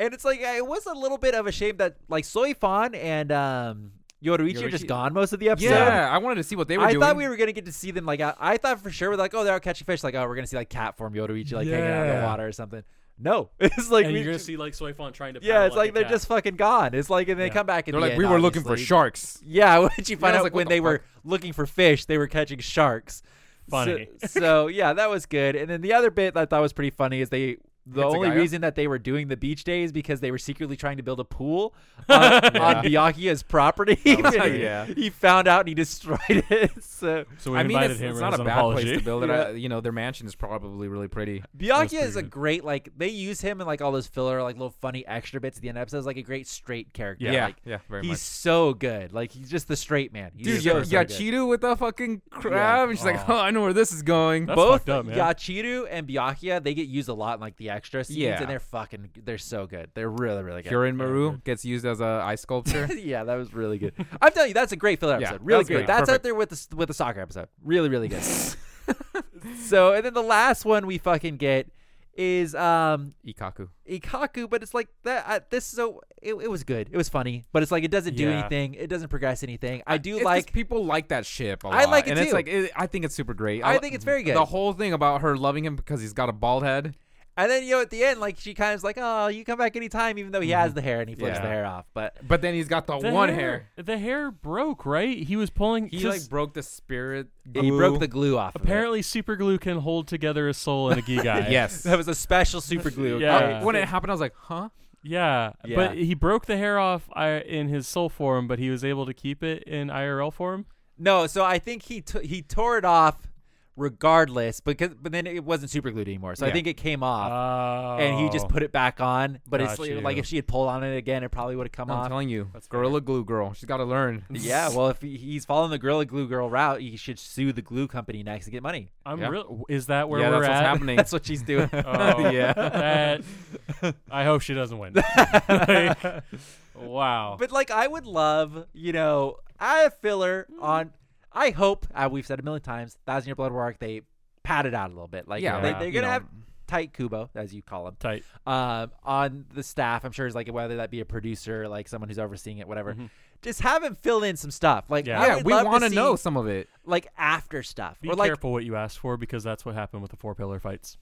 Speaker 3: And it's like it was a little bit of a shame that like Soifan and um, Yoruichi are just
Speaker 2: Yoruichi-
Speaker 3: gone most of the episode.
Speaker 2: Yeah, I wanted to see what they were
Speaker 3: I
Speaker 2: doing.
Speaker 3: thought we were gonna get to see them like out- I thought for sure we're like oh they're out catching fish like oh we're gonna see like cat form Yoruichi like hanging out in the
Speaker 4: Yeah.
Speaker 3: water or something. No, (laughs) it's like
Speaker 4: and
Speaker 3: we
Speaker 4: you're gonna
Speaker 3: just-
Speaker 4: see like Soifon trying to.
Speaker 3: yeah
Speaker 4: paddle
Speaker 3: it's like
Speaker 4: a
Speaker 3: they're
Speaker 4: cat.
Speaker 3: just fucking gone. It's like and they
Speaker 4: Yeah.
Speaker 3: come back and
Speaker 2: They're like, we were looking for sharks.
Speaker 3: Yeah, (laughs) what you find
Speaker 2: I was
Speaker 3: out
Speaker 2: like,
Speaker 3: when
Speaker 2: what
Speaker 3: they
Speaker 2: the
Speaker 3: were looking for fish they were catching sharks. So-
Speaker 4: Funny.
Speaker 3: So, yeah, that was good. And then the other bit that I thought was pretty funny is they. The
Speaker 2: Hits a
Speaker 3: only
Speaker 2: guy up.
Speaker 3: reason that they were doing the beach day is because they were secretly trying to build a
Speaker 2: (laughs)
Speaker 3: pool on, on Byakuya's property. (laughs) And he-
Speaker 2: yeah.
Speaker 3: he found out and he destroyed (laughs) it. So
Speaker 4: So we
Speaker 2: I mean,
Speaker 4: invited
Speaker 2: it's,
Speaker 4: him.
Speaker 2: it's
Speaker 4: as
Speaker 2: not a
Speaker 4: an
Speaker 2: bad
Speaker 4: apology.
Speaker 2: place
Speaker 4: (laughs)
Speaker 2: to build it.
Speaker 3: Yeah.
Speaker 2: Uh, you know, their mansion is probably really pretty.
Speaker 3: Byakuya is
Speaker 4: pretty
Speaker 3: a
Speaker 4: good.
Speaker 3: great like they use him in like all those filler like little funny extra bits at the end of episodes like a great straight character.
Speaker 2: Yeah, yeah,
Speaker 3: like,
Speaker 2: very
Speaker 3: he's
Speaker 2: much.
Speaker 3: so good. Like he's just the straight man. He's
Speaker 2: Dude,
Speaker 3: so,
Speaker 2: yo,
Speaker 3: so good.
Speaker 2: Yachiru with the fucking crab, and she's like,
Speaker 4: Aw.
Speaker 2: "Oh, (laughs) I know where this is going."
Speaker 4: That's
Speaker 3: both
Speaker 4: fucked up, man.
Speaker 3: Yachiru and Byakuya they get used a lot in like the extra scenes
Speaker 2: Yeah.
Speaker 3: and they're fucking they're so good. They're really really good.
Speaker 2: Kyorin Maru gets used as a ice sculpture.
Speaker 3: (laughs) yeah, that was really good. I'm telling you, that's a great filler
Speaker 2: Yeah,
Speaker 3: episode.
Speaker 2: that
Speaker 3: Really
Speaker 2: was
Speaker 3: great.
Speaker 2: great.
Speaker 3: That's out
Speaker 2: Perfect.
Speaker 3: there with the with the soccer episode. Really, really
Speaker 2: (laughs)
Speaker 3: good. (laughs) so, and then the last one we fucking get is um
Speaker 2: Ikaku.
Speaker 3: Ikaku, but it's like that. I, this so it, it was good. It was funny, but it's like it doesn't do
Speaker 4: Yeah.
Speaker 3: anything. It doesn't progress anything. I do
Speaker 2: It's 'cause
Speaker 3: like
Speaker 2: people like that ship. A lot.
Speaker 3: I like it
Speaker 2: and
Speaker 3: too.
Speaker 2: It's like it, I think it's super great.
Speaker 3: I
Speaker 2: li-
Speaker 3: think it's very good.
Speaker 2: The whole thing about her loving him because he's got a bald head.
Speaker 3: And then you know at the end, like she kind of is like, "Oh, you come back anytime," even though he
Speaker 4: Mm-hmm.
Speaker 3: has the hair and he flips
Speaker 2: Yeah.
Speaker 3: the hair off. But
Speaker 2: But then he's got the,
Speaker 4: The
Speaker 2: one hair.
Speaker 4: hair, The hair broke, right? He was pulling.
Speaker 2: He
Speaker 4: 'cause
Speaker 2: like broke the spirit.
Speaker 3: he
Speaker 2: glue.
Speaker 3: broke the glue off. of it.
Speaker 4: apparently super glue can hold together a soul and a
Speaker 2: (laughs)
Speaker 4: gi guy.
Speaker 2: yes.
Speaker 3: (laughs)
Speaker 2: Uh,
Speaker 3: that was a
Speaker 4: (laughs)
Speaker 3: special super glue. Uh,
Speaker 4: Yeah.
Speaker 3: okay?
Speaker 2: When it happened, I was like, "Huh."
Speaker 4: Yeah,
Speaker 3: Yeah.
Speaker 4: but he broke the hair off I, in his soul form, but he was able to keep it in IRL form.
Speaker 3: No, so I think he t- he tore it off regardless because but then it wasn't super glued anymore. So I
Speaker 2: Yeah.
Speaker 3: think it came off.
Speaker 4: Oh,
Speaker 3: Uh, and he just put it back on, but it's
Speaker 4: Got
Speaker 3: like,
Speaker 4: you.
Speaker 3: like if she had pulled on it again, it probably would have come
Speaker 2: No, I'm
Speaker 3: off.
Speaker 2: telling you, Gorilla Glue Girl. She's got to learn.
Speaker 3: Yeah, well, if he- he's following the Gorilla Glue Girl route, he should sue the glue company next to get money.
Speaker 4: I'm
Speaker 2: Yeah.
Speaker 4: real. Is that where
Speaker 2: yeah,
Speaker 4: we're
Speaker 2: that's what's
Speaker 4: at?
Speaker 3: (laughs)
Speaker 2: happening.
Speaker 3: That's what she's
Speaker 4: (laughs)
Speaker 3: doing. (laughs)
Speaker 4: Oh,
Speaker 2: Yeah.
Speaker 4: That, I hope she doesn't win. Like, wow.
Speaker 3: but like, I would love, you know, I have filler on. I hope uh, we've said a million times, Thousand Year Blood Work. They pat it out a little bit. Like,
Speaker 2: Yeah,
Speaker 3: they,
Speaker 4: yeah,
Speaker 3: they're
Speaker 2: you
Speaker 3: gonna
Speaker 2: know.
Speaker 3: have tight Kubo, as you call him,
Speaker 4: Tight.
Speaker 3: um, on the staff. I'm sure it's like whether that be a producer, like someone who's overseeing it, whatever. Just have him fill in some stuff. Like,
Speaker 4: Mm-hmm. Yeah.
Speaker 3: I
Speaker 2: yeah,
Speaker 3: would
Speaker 2: we
Speaker 3: love to
Speaker 2: want to
Speaker 3: see-
Speaker 2: know some of it.
Speaker 3: like after stuff
Speaker 4: Be
Speaker 3: or like
Speaker 4: careful what you ask for because that's what happened with the four pillar fights.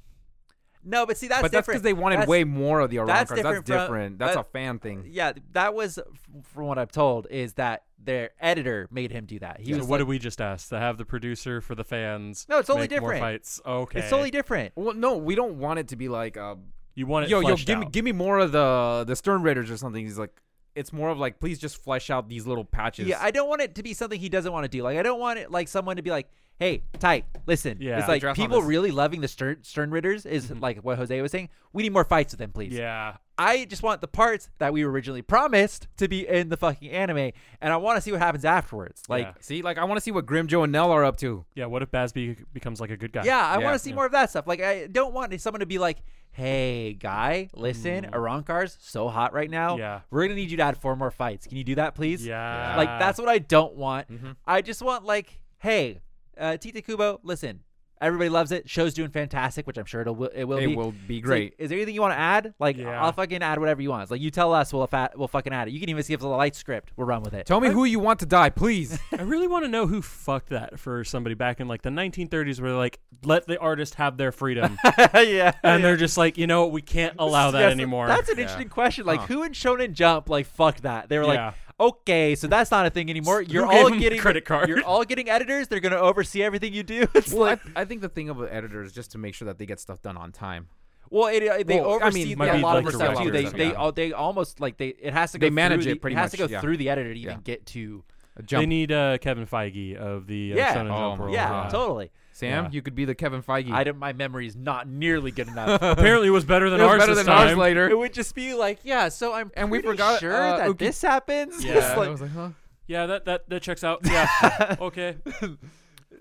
Speaker 3: no but see that's
Speaker 2: but that's because
Speaker 3: different.
Speaker 2: they wanted
Speaker 3: That's-
Speaker 2: way more of the Iran
Speaker 3: that's
Speaker 2: cards.
Speaker 3: different
Speaker 2: that's
Speaker 3: from-
Speaker 2: different. that's a
Speaker 3: that-
Speaker 2: fan thing.
Speaker 3: yeah that was f- from what i'm told is that their editor made him do that he
Speaker 4: So
Speaker 3: was like,
Speaker 4: what did we just ask? To have the producer for the fans?
Speaker 3: No, it's totally
Speaker 4: make more
Speaker 3: different.
Speaker 4: fights. Okay.
Speaker 3: it's totally different
Speaker 2: Well, no, we don't want it to be like, uh,
Speaker 4: You want it?
Speaker 2: yo, yo,
Speaker 4: fleshed
Speaker 2: give me,
Speaker 4: out.
Speaker 2: give me more of the the Stern Raiders or something. He's like, it's more of like, please just flesh out these little patches.
Speaker 3: yeah i don't want it to be something he doesn't want to do like i don't want it like someone to be like hey tight listen
Speaker 4: Yeah.
Speaker 3: it's like
Speaker 2: Address on
Speaker 3: people
Speaker 2: this.
Speaker 3: really loving the stern, stern ritters is like what jose was saying we need more fights with them please
Speaker 4: Mm-hmm. Yeah.
Speaker 3: i just want the parts that we originally promised to be in the fucking anime and i want to see what happens afterwards like
Speaker 4: Yeah.
Speaker 2: see, like, I want to see what Grim Joe and Nell are up to.
Speaker 4: Yeah. What if Basby becomes like a good guy?
Speaker 3: Yeah, I
Speaker 2: Yeah.
Speaker 3: want to see more of that stuff. Like, I don't want someone to be like, "Hey, guy, listen,
Speaker 2: Mm.
Speaker 3: Arankar's so hot right now.
Speaker 4: Yeah.
Speaker 3: we're gonna need you to add four more fights. Can you do that, please?
Speaker 4: Yeah.
Speaker 3: Like, that's what I don't want.
Speaker 2: Mm-hmm.
Speaker 3: I just want like, hey, uh, Tita Kubo, listen, everybody loves it. Show's doing fantastic, which I'm sure it'll it will
Speaker 2: It
Speaker 3: be.
Speaker 2: will be
Speaker 3: It's like,
Speaker 2: great.
Speaker 3: is there anything you want to add? Like,
Speaker 4: Yeah.
Speaker 3: I'll fucking add whatever you want. It's like you tell us, we'll fa- we'll fucking add it. You can even give us a light script. We'll run with it.
Speaker 2: Tell me (laughs) who you want to die, please.
Speaker 4: I really want to know who fucked that for somebody back in like the 1930s, where they're like, let the artist have their
Speaker 2: (laughs)
Speaker 4: freedom,
Speaker 3: yeah.
Speaker 4: and they're just like, you know, what, we can't allow that
Speaker 3: Yes,
Speaker 4: anymore.
Speaker 3: That's an interesting question. Like, who in Shonen Jump like fucked that? They were
Speaker 4: Yeah.
Speaker 3: like, okay, so that's not a thing anymore. You're
Speaker 4: gave
Speaker 3: all
Speaker 4: him the
Speaker 3: getting
Speaker 4: credit card?
Speaker 3: You're all getting editors. They're gonna oversee everything you do. (laughs) (laughs) It's
Speaker 2: well,
Speaker 3: like,
Speaker 2: I, I think the thing of an editor is just to make sure that they get stuff done on time.
Speaker 3: Well, it, uh, they
Speaker 2: Well, I mean,
Speaker 3: oversee
Speaker 2: might
Speaker 3: a
Speaker 4: be
Speaker 3: lot
Speaker 4: like
Speaker 3: of stuff too.
Speaker 4: directors
Speaker 3: They
Speaker 4: and
Speaker 3: they
Speaker 2: stuff.
Speaker 3: al- they almost like they it has to go
Speaker 2: They
Speaker 3: through
Speaker 2: manage
Speaker 3: the-
Speaker 2: it pretty
Speaker 3: It has to go
Speaker 2: much, yeah.
Speaker 3: through the editor to even
Speaker 2: Yeah.
Speaker 3: get to
Speaker 2: A
Speaker 4: They
Speaker 2: jump.
Speaker 4: need uh, Kevin Feige of the uh,
Speaker 3: Yeah.
Speaker 4: Sun and
Speaker 2: Oh
Speaker 4: Jump
Speaker 2: my
Speaker 4: World.
Speaker 3: yeah, totally.
Speaker 2: Sam,
Speaker 4: Yeah.
Speaker 2: you could be the Kevin Feige.
Speaker 3: I don't. My memory is not nearly good enough. (laughs)
Speaker 4: Apparently, it was better than
Speaker 2: It was
Speaker 4: ours
Speaker 2: better
Speaker 4: this
Speaker 2: than ours
Speaker 4: time.
Speaker 2: later.
Speaker 3: it would just be like, yeah. So I'm
Speaker 2: And we
Speaker 3: pretty
Speaker 2: forgot,
Speaker 3: sure
Speaker 2: uh,
Speaker 3: that
Speaker 2: Uki-
Speaker 3: this happens. (laughs)
Speaker 4: Yeah.
Speaker 3: It's
Speaker 2: Yeah, and I
Speaker 3: like-
Speaker 2: was like, huh?
Speaker 4: Yeah, that that that checks
Speaker 2: (laughs)
Speaker 4: out. Yeah. okay.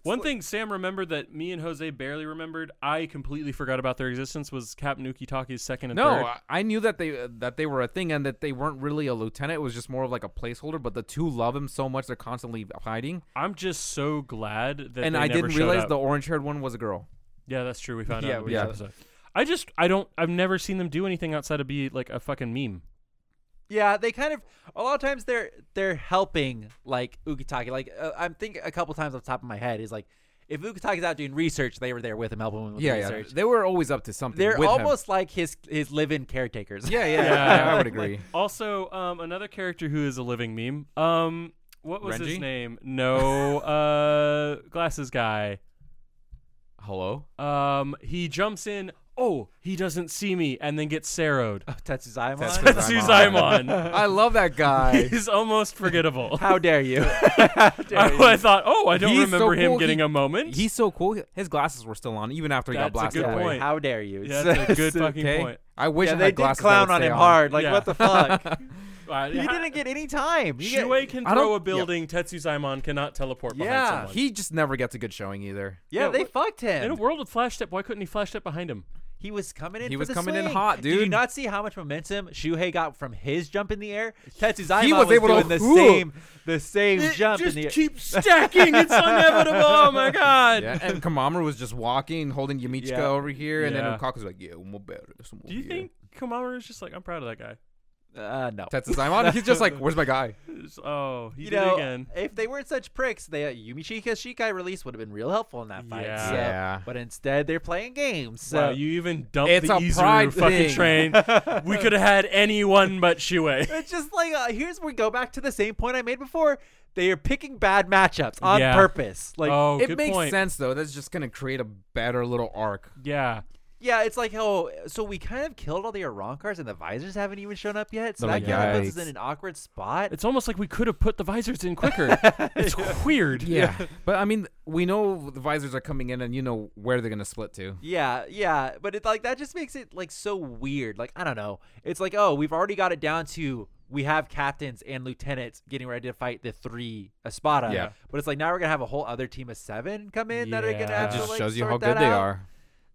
Speaker 4: One thing Sam remembered that me and Jose barely remembered, I completely forgot about their existence, was Captain Ukitaki's second and
Speaker 2: No,
Speaker 4: third.
Speaker 2: I- I knew that they uh, that they were a thing and that they weren't really a lieutenant. It was just more of like a placeholder. But the two love him so much they're constantly hiding.
Speaker 4: I'm just so glad that
Speaker 2: and
Speaker 4: they
Speaker 2: I
Speaker 4: never
Speaker 2: didn't
Speaker 4: showed
Speaker 2: realize
Speaker 4: up.
Speaker 2: the orange haired one was a girl.
Speaker 4: Yeah, that's true. We found
Speaker 2: Yeah,
Speaker 4: out. in
Speaker 2: we
Speaker 4: this
Speaker 2: did.
Speaker 4: episode. I just I don't I've never seen them do anything outside of be like a fucking meme.
Speaker 3: Yeah, they kind of a lot of times they're they're helping like Ukitaki. Like uh, I'm thinking a couple times off the top of my head is like if Ukitaki's out doing research, they were there with him helping him with
Speaker 2: Yeah, yeah.
Speaker 3: research.
Speaker 2: They were always up to something.
Speaker 3: They're
Speaker 2: with him.
Speaker 3: almost like his his live-in caretakers.
Speaker 2: Yeah, yeah,
Speaker 4: Yeah.
Speaker 2: I would agree.
Speaker 4: Also, um, another character who is a living meme. Um, what was his
Speaker 2: Renji?
Speaker 4: name?
Speaker 2: (laughs)
Speaker 4: No, uh, glasses guy.
Speaker 2: Hello.
Speaker 4: Um, he jumps in. Oh, he doesn't see me, and then gets
Speaker 2: (laughs)
Speaker 4: sarrowed.
Speaker 3: (laughs) Tetsuzaimon.
Speaker 2: Tetsuzaimon.
Speaker 4: That's
Speaker 2: (laughs)
Speaker 4: Suzaimon.
Speaker 2: I love that guy.
Speaker 4: (laughs) He's almost forgettable.
Speaker 3: How dare you?
Speaker 4: (laughs) I, I thought, oh, I don't
Speaker 2: He's so
Speaker 4: remember him
Speaker 2: cool.
Speaker 4: getting
Speaker 2: He-
Speaker 4: a moment.
Speaker 2: He's so cool. His glasses were still on even after he
Speaker 3: (laughs)
Speaker 4: That's a
Speaker 2: got blasted
Speaker 4: good
Speaker 2: away.
Speaker 4: point.
Speaker 3: How dare you?
Speaker 4: Yeah, that's
Speaker 3: (laughs)
Speaker 4: a good fucking
Speaker 2: Okay.
Speaker 4: point.
Speaker 2: I wish
Speaker 3: Yeah,
Speaker 2: I
Speaker 3: they
Speaker 2: had
Speaker 3: did
Speaker 2: glasses that
Speaker 3: clown
Speaker 2: would
Speaker 3: on
Speaker 2: stay
Speaker 3: him hard. Like
Speaker 4: Yeah.
Speaker 3: what the
Speaker 2: (laughs)
Speaker 3: fuck?
Speaker 4: Uh,
Speaker 3: he didn't get any time. You get-
Speaker 4: Shuei can
Speaker 2: I
Speaker 4: throw
Speaker 2: don't-
Speaker 4: a building. Tetsu Zaimon cannot teleport
Speaker 3: Yeah,
Speaker 4: behind someone.
Speaker 2: He just never gets a good showing either.
Speaker 3: yeah,
Speaker 4: Yeah,
Speaker 3: they
Speaker 4: what-
Speaker 3: fucked
Speaker 4: in a
Speaker 3: him.
Speaker 4: world with flash step, why couldn't he flash step behind him?
Speaker 3: He was coming in.
Speaker 2: He
Speaker 3: for
Speaker 2: was
Speaker 3: the
Speaker 2: coming in
Speaker 3: swing.
Speaker 2: hot,
Speaker 3: Did you
Speaker 2: dude.
Speaker 3: not see how much momentum Shuhei got from his jump in the air? Tetsuzaimon
Speaker 2: was
Speaker 3: was,
Speaker 2: able to-
Speaker 3: doing the
Speaker 2: Ooh.
Speaker 3: same, the same jump in the air.
Speaker 4: keeps stacking.
Speaker 3: (laughs)
Speaker 4: It's inevitable. Oh my god.
Speaker 2: Yeah, and Kamamura was just walking, holding Yamichiko
Speaker 3: Yeah.
Speaker 2: over here, and
Speaker 4: Yeah.
Speaker 2: then Ukaku's like, "Yeah, we're better." this one
Speaker 4: Do you
Speaker 2: here."
Speaker 4: think Kamamura is just like I'm proud of that guy?
Speaker 3: (laughs) Uh, no.
Speaker 2: Tetsu Simon? He's
Speaker 3: (laughs)
Speaker 2: just like, "Where's my guy?"
Speaker 4: It's- oh, he
Speaker 3: you
Speaker 4: did it
Speaker 3: know,
Speaker 4: again.
Speaker 3: if they weren't such pricks, the uh, Yumichika Shikai release would have been real helpful in that fight.
Speaker 4: Yeah.
Speaker 3: so-
Speaker 2: Yeah.
Speaker 3: But instead, they're playing games. So
Speaker 4: wow, you even dumped
Speaker 2: It's
Speaker 4: the
Speaker 2: a
Speaker 4: Izuru
Speaker 2: pride
Speaker 4: fucking
Speaker 2: thing.
Speaker 4: train. we could have had anyone but (laughs) Shuei.
Speaker 3: it's just like uh, here's where we go back to the same point I made before. They are picking bad matchups on
Speaker 4: Yeah.
Speaker 3: purpose. Like,
Speaker 4: oh,
Speaker 2: it
Speaker 4: good
Speaker 2: makes
Speaker 4: point.
Speaker 2: sense though. That's just gonna create a better little arc.
Speaker 4: Yeah,
Speaker 3: yeah, it's like oh, so we kind of killed all the Aroncars and the visors haven't even shown up yet. So
Speaker 2: They're
Speaker 3: that
Speaker 2: like,
Speaker 3: kind of puts
Speaker 2: Oh yikes.
Speaker 3: us in an awkward spot.
Speaker 4: it's almost like we could have put the visors in quicker. it's weird.
Speaker 2: Yeah, (laughs) but I mean, we know the visors are coming in, and you know where they're gonna split to.
Speaker 3: Yeah, yeah, but it like that just makes it like so weird. Like I don't know. It's like oh, we've already got it down to we have captains and lieutenants getting ready to fight the three Espada.
Speaker 2: Yeah.
Speaker 3: But it's like now we're gonna have a whole other team of seven come in that are gonna
Speaker 4: Yeah.
Speaker 3: have
Speaker 4: It
Speaker 3: to
Speaker 2: Just
Speaker 3: like
Speaker 2: shows you
Speaker 3: sort
Speaker 2: how
Speaker 3: that
Speaker 2: good they
Speaker 3: out.
Speaker 2: are.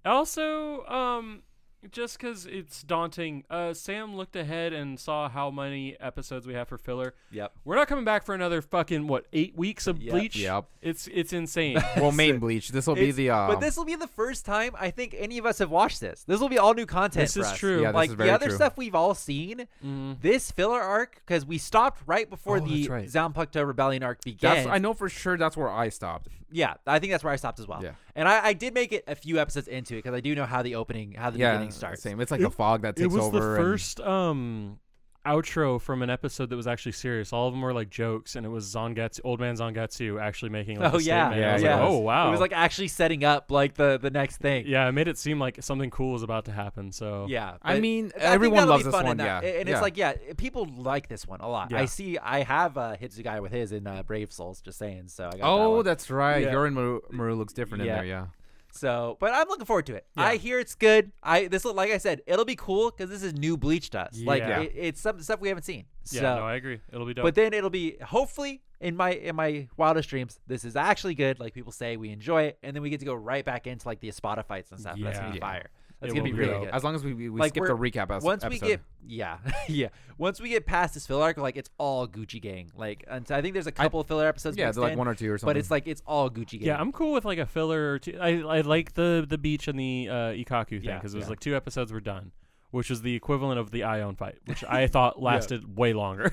Speaker 4: Also, um, just because it's daunting, uh, Sam looked ahead and saw how many episodes we have for filler.
Speaker 3: Yep.
Speaker 4: We're not coming back for another fucking what eight weeks of
Speaker 3: Yep.
Speaker 4: bleach.
Speaker 2: Yep.
Speaker 4: It's it's insane.
Speaker 2: Well, main bleach. This will be
Speaker 3: (laughs) It's-
Speaker 2: the. Uh,
Speaker 3: but this will be the first time I think any of us have watched this. This will be all new content.
Speaker 4: This
Speaker 3: for
Speaker 4: is
Speaker 3: us.
Speaker 4: true. Mm-hmm.
Speaker 2: Yeah, this
Speaker 3: like the
Speaker 2: is very
Speaker 3: other
Speaker 2: true.
Speaker 3: stuff we've all seen, this filler arc because we stopped right before
Speaker 4: Oh,
Speaker 3: the
Speaker 4: that's right.
Speaker 3: Zanpakuto Rebellion arc began.
Speaker 2: that's, I know for sure that's where I stopped.
Speaker 3: Yeah, I think that's where I stopped as well.
Speaker 2: Yeah.
Speaker 3: And I, I did make it a few episodes into it because I do know how the opening, how the
Speaker 2: Yeah,
Speaker 3: beginning starts.
Speaker 2: same. It's like a fog that
Speaker 4: it
Speaker 2: takes
Speaker 4: was
Speaker 2: over.
Speaker 4: the
Speaker 2: and-
Speaker 4: first um outro from an episode that was actually serious. All of them were like jokes, and it was Zangatsu, old man Zangatsu, actually making like
Speaker 3: Oh
Speaker 4: a
Speaker 3: yeah,
Speaker 4: statement. I
Speaker 2: Yeah,
Speaker 4: was
Speaker 2: yeah.
Speaker 4: Like, oh wow.
Speaker 3: It was like actually setting up like the the next thing.
Speaker 4: yeah, it made it seem like something cool was about to happen. So
Speaker 3: Yeah,
Speaker 2: I
Speaker 3: but
Speaker 2: mean,
Speaker 3: think
Speaker 2: everyone
Speaker 3: that'll be
Speaker 2: loves this
Speaker 3: fun
Speaker 2: one,
Speaker 3: in that-
Speaker 2: yeah,
Speaker 3: and
Speaker 2: yeah.
Speaker 3: it's like, yeah, people like this one a lot.
Speaker 4: Yeah.
Speaker 3: I see. I have uh, Hitsugai with his in uh, Brave Souls. Just saying. So I got that
Speaker 2: Oh,
Speaker 3: one.
Speaker 2: that's right.
Speaker 4: Yeah.
Speaker 2: Yorin Maru, Maru looks different
Speaker 3: Yeah.
Speaker 2: in there. Yeah.
Speaker 3: So, but I'm looking forward to it. I hear it's good. I this like I said, it'll be cool because this is new Bleach to us. Like
Speaker 4: Yeah.
Speaker 3: it, it's some stuff we haven't seen.
Speaker 4: yeah,
Speaker 3: so,
Speaker 4: no, I agree. It'll be dope.
Speaker 3: but then it'll be hopefully in my in my wildest dreams, this is actually good. Like people say, we enjoy it, and then we get to go right back into like the Espada fights and stuff. That's gonna be
Speaker 4: Yeah.
Speaker 3: fire. That's
Speaker 4: It
Speaker 3: gonna be
Speaker 4: will be
Speaker 3: really
Speaker 4: dope.
Speaker 3: good.
Speaker 2: As long as we we, we
Speaker 3: Like,
Speaker 2: skipped
Speaker 3: we're-
Speaker 2: a recap as,
Speaker 3: Once
Speaker 2: episode.
Speaker 3: we get yeah (laughs) yeah once we get past this filler arc, like it's all Gucci Gang. Like and so I think there's a couple of filler episodes.
Speaker 2: yeah,
Speaker 3: mixed
Speaker 2: they're like
Speaker 3: in,
Speaker 2: one or two or
Speaker 3: But it's
Speaker 2: something.
Speaker 3: like it's all Gucci Gang.
Speaker 4: yeah, I'm cool with like a filler or two. I, I like the the beach and the uh, Ikaku thing
Speaker 3: Yeah,
Speaker 4: because it was
Speaker 3: yeah.
Speaker 4: like two episodes were done, which was the equivalent of the Ion fight, which
Speaker 3: (laughs)
Speaker 4: I thought lasted way longer.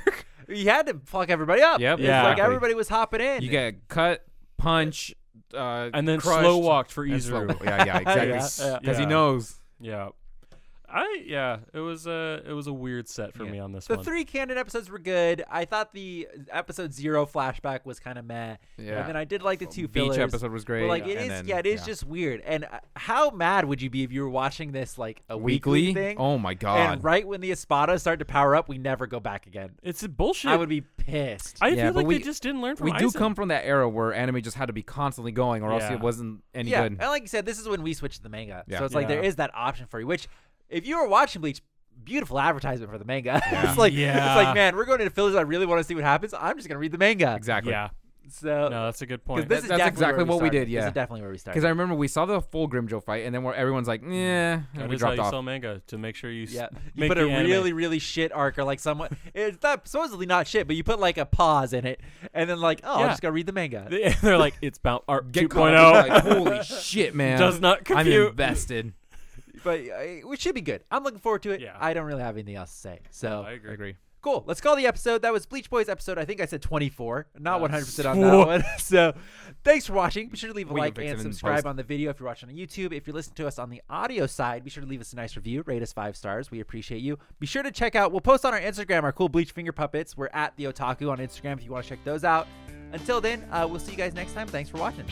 Speaker 3: you had to fuck everybody up.
Speaker 2: Yep,
Speaker 3: It's
Speaker 4: Yeah.
Speaker 3: like everybody was hopping in.
Speaker 2: you get cut, punch, uh,
Speaker 4: and then
Speaker 2: crushed,
Speaker 4: slow walked for
Speaker 2: and
Speaker 4: (laughs)
Speaker 2: slow-
Speaker 4: Izuru.
Speaker 2: Yeah, yeah, exactly. Because
Speaker 4: Yeah, yeah.
Speaker 2: he knows.
Speaker 4: yeah. I yeah, it was a it was a weird set for me on this
Speaker 3: The
Speaker 4: one.
Speaker 3: three canon episodes were good. I thought the episode zero flashback was kind of meh.
Speaker 2: Yeah.
Speaker 3: And then I did like the two fillers.
Speaker 2: Beach episode was great.
Speaker 3: But like it
Speaker 2: and
Speaker 3: is,
Speaker 2: then-
Speaker 3: yeah, it is just weird. And uh, how mad would you be if you were watching this like a weekly,
Speaker 2: weekly.
Speaker 3: thing?
Speaker 2: Oh my god.
Speaker 3: and right when the Espadas start to power up, we never go back again.
Speaker 4: it's bullshit.
Speaker 3: I would be pissed.
Speaker 4: I
Speaker 2: Yeah,
Speaker 4: feel
Speaker 2: but
Speaker 4: like
Speaker 2: we-
Speaker 4: they just didn't learn from.
Speaker 2: we do
Speaker 4: Aizen.
Speaker 2: come from that era where anime just had to be constantly going, or else
Speaker 4: Yeah.
Speaker 2: it wasn't any
Speaker 3: yeah,
Speaker 2: good.
Speaker 3: and like you said, this is when we switched to the manga.
Speaker 2: Yeah.
Speaker 3: So it's like
Speaker 4: Yeah.
Speaker 3: there is that option for you. Which, if you were watching Bleach, beautiful advertisement for the manga. (laughs) it's like
Speaker 4: Yeah.
Speaker 3: it's like man, we're going into fillers. I really want to see what happens. I'm just gonna read the manga.
Speaker 2: Exactly.
Speaker 4: Yeah,
Speaker 2: uh,
Speaker 3: So
Speaker 4: no, that's a good point.
Speaker 3: Because this
Speaker 2: That-
Speaker 3: is
Speaker 2: that's
Speaker 3: definitely
Speaker 2: exactly
Speaker 3: where
Speaker 2: what we
Speaker 3: started.
Speaker 2: did, yeah.
Speaker 3: this is definitely where we started.
Speaker 2: Because I remember we saw the full Grimjo fight, and then where everyone's like, "Yeah," and
Speaker 4: That
Speaker 2: we
Speaker 4: is how
Speaker 2: dropped
Speaker 4: you sell
Speaker 2: off.
Speaker 4: manga to make sure you s-
Speaker 3: yeah, you
Speaker 4: make
Speaker 3: put
Speaker 4: the
Speaker 3: a
Speaker 4: anime.
Speaker 3: really really shit arc or like someone it's not supposedly not shit, but you put like a pause in it, and then like oh,
Speaker 4: Yeah.
Speaker 3: I'm just gonna read the manga.
Speaker 4: They- (laughs) They're like it's bound art
Speaker 2: Get caught up,
Speaker 4: 2.0.
Speaker 2: like,
Speaker 4: (laughs)
Speaker 2: Holy shit, man!
Speaker 4: Oh, Does not
Speaker 2: I'm
Speaker 4: compute.
Speaker 2: invested.
Speaker 3: but uh, it should be good. I'm looking forward to it.
Speaker 4: Yeah.
Speaker 3: I don't really have anything else to say. So
Speaker 4: I agree.
Speaker 3: cool. Let's call the episode. That was Bleach Boys episode. I think I said 24, not 100 percent on
Speaker 4: whoa.
Speaker 3: that one. (laughs) so thanks for watching. Be sure to leave a
Speaker 2: We can
Speaker 3: like
Speaker 2: fix
Speaker 3: and
Speaker 2: it in
Speaker 3: subscribe
Speaker 2: post.
Speaker 3: on the video if you're watching on YouTube. If you're listening to us on the audio side, be sure to leave us a nice review. Rate us five stars. We appreciate you. Be sure to check out. We'll post on our Instagram our cool Bleach finger puppets. We're at the Otaku on Instagram if you want to check those out. Until then, uh, we'll see you guys next time. Thanks for watching.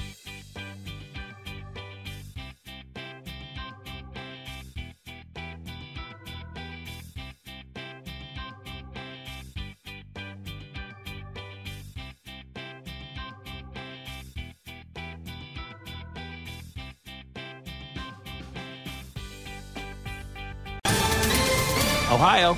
Speaker 5: Ohio,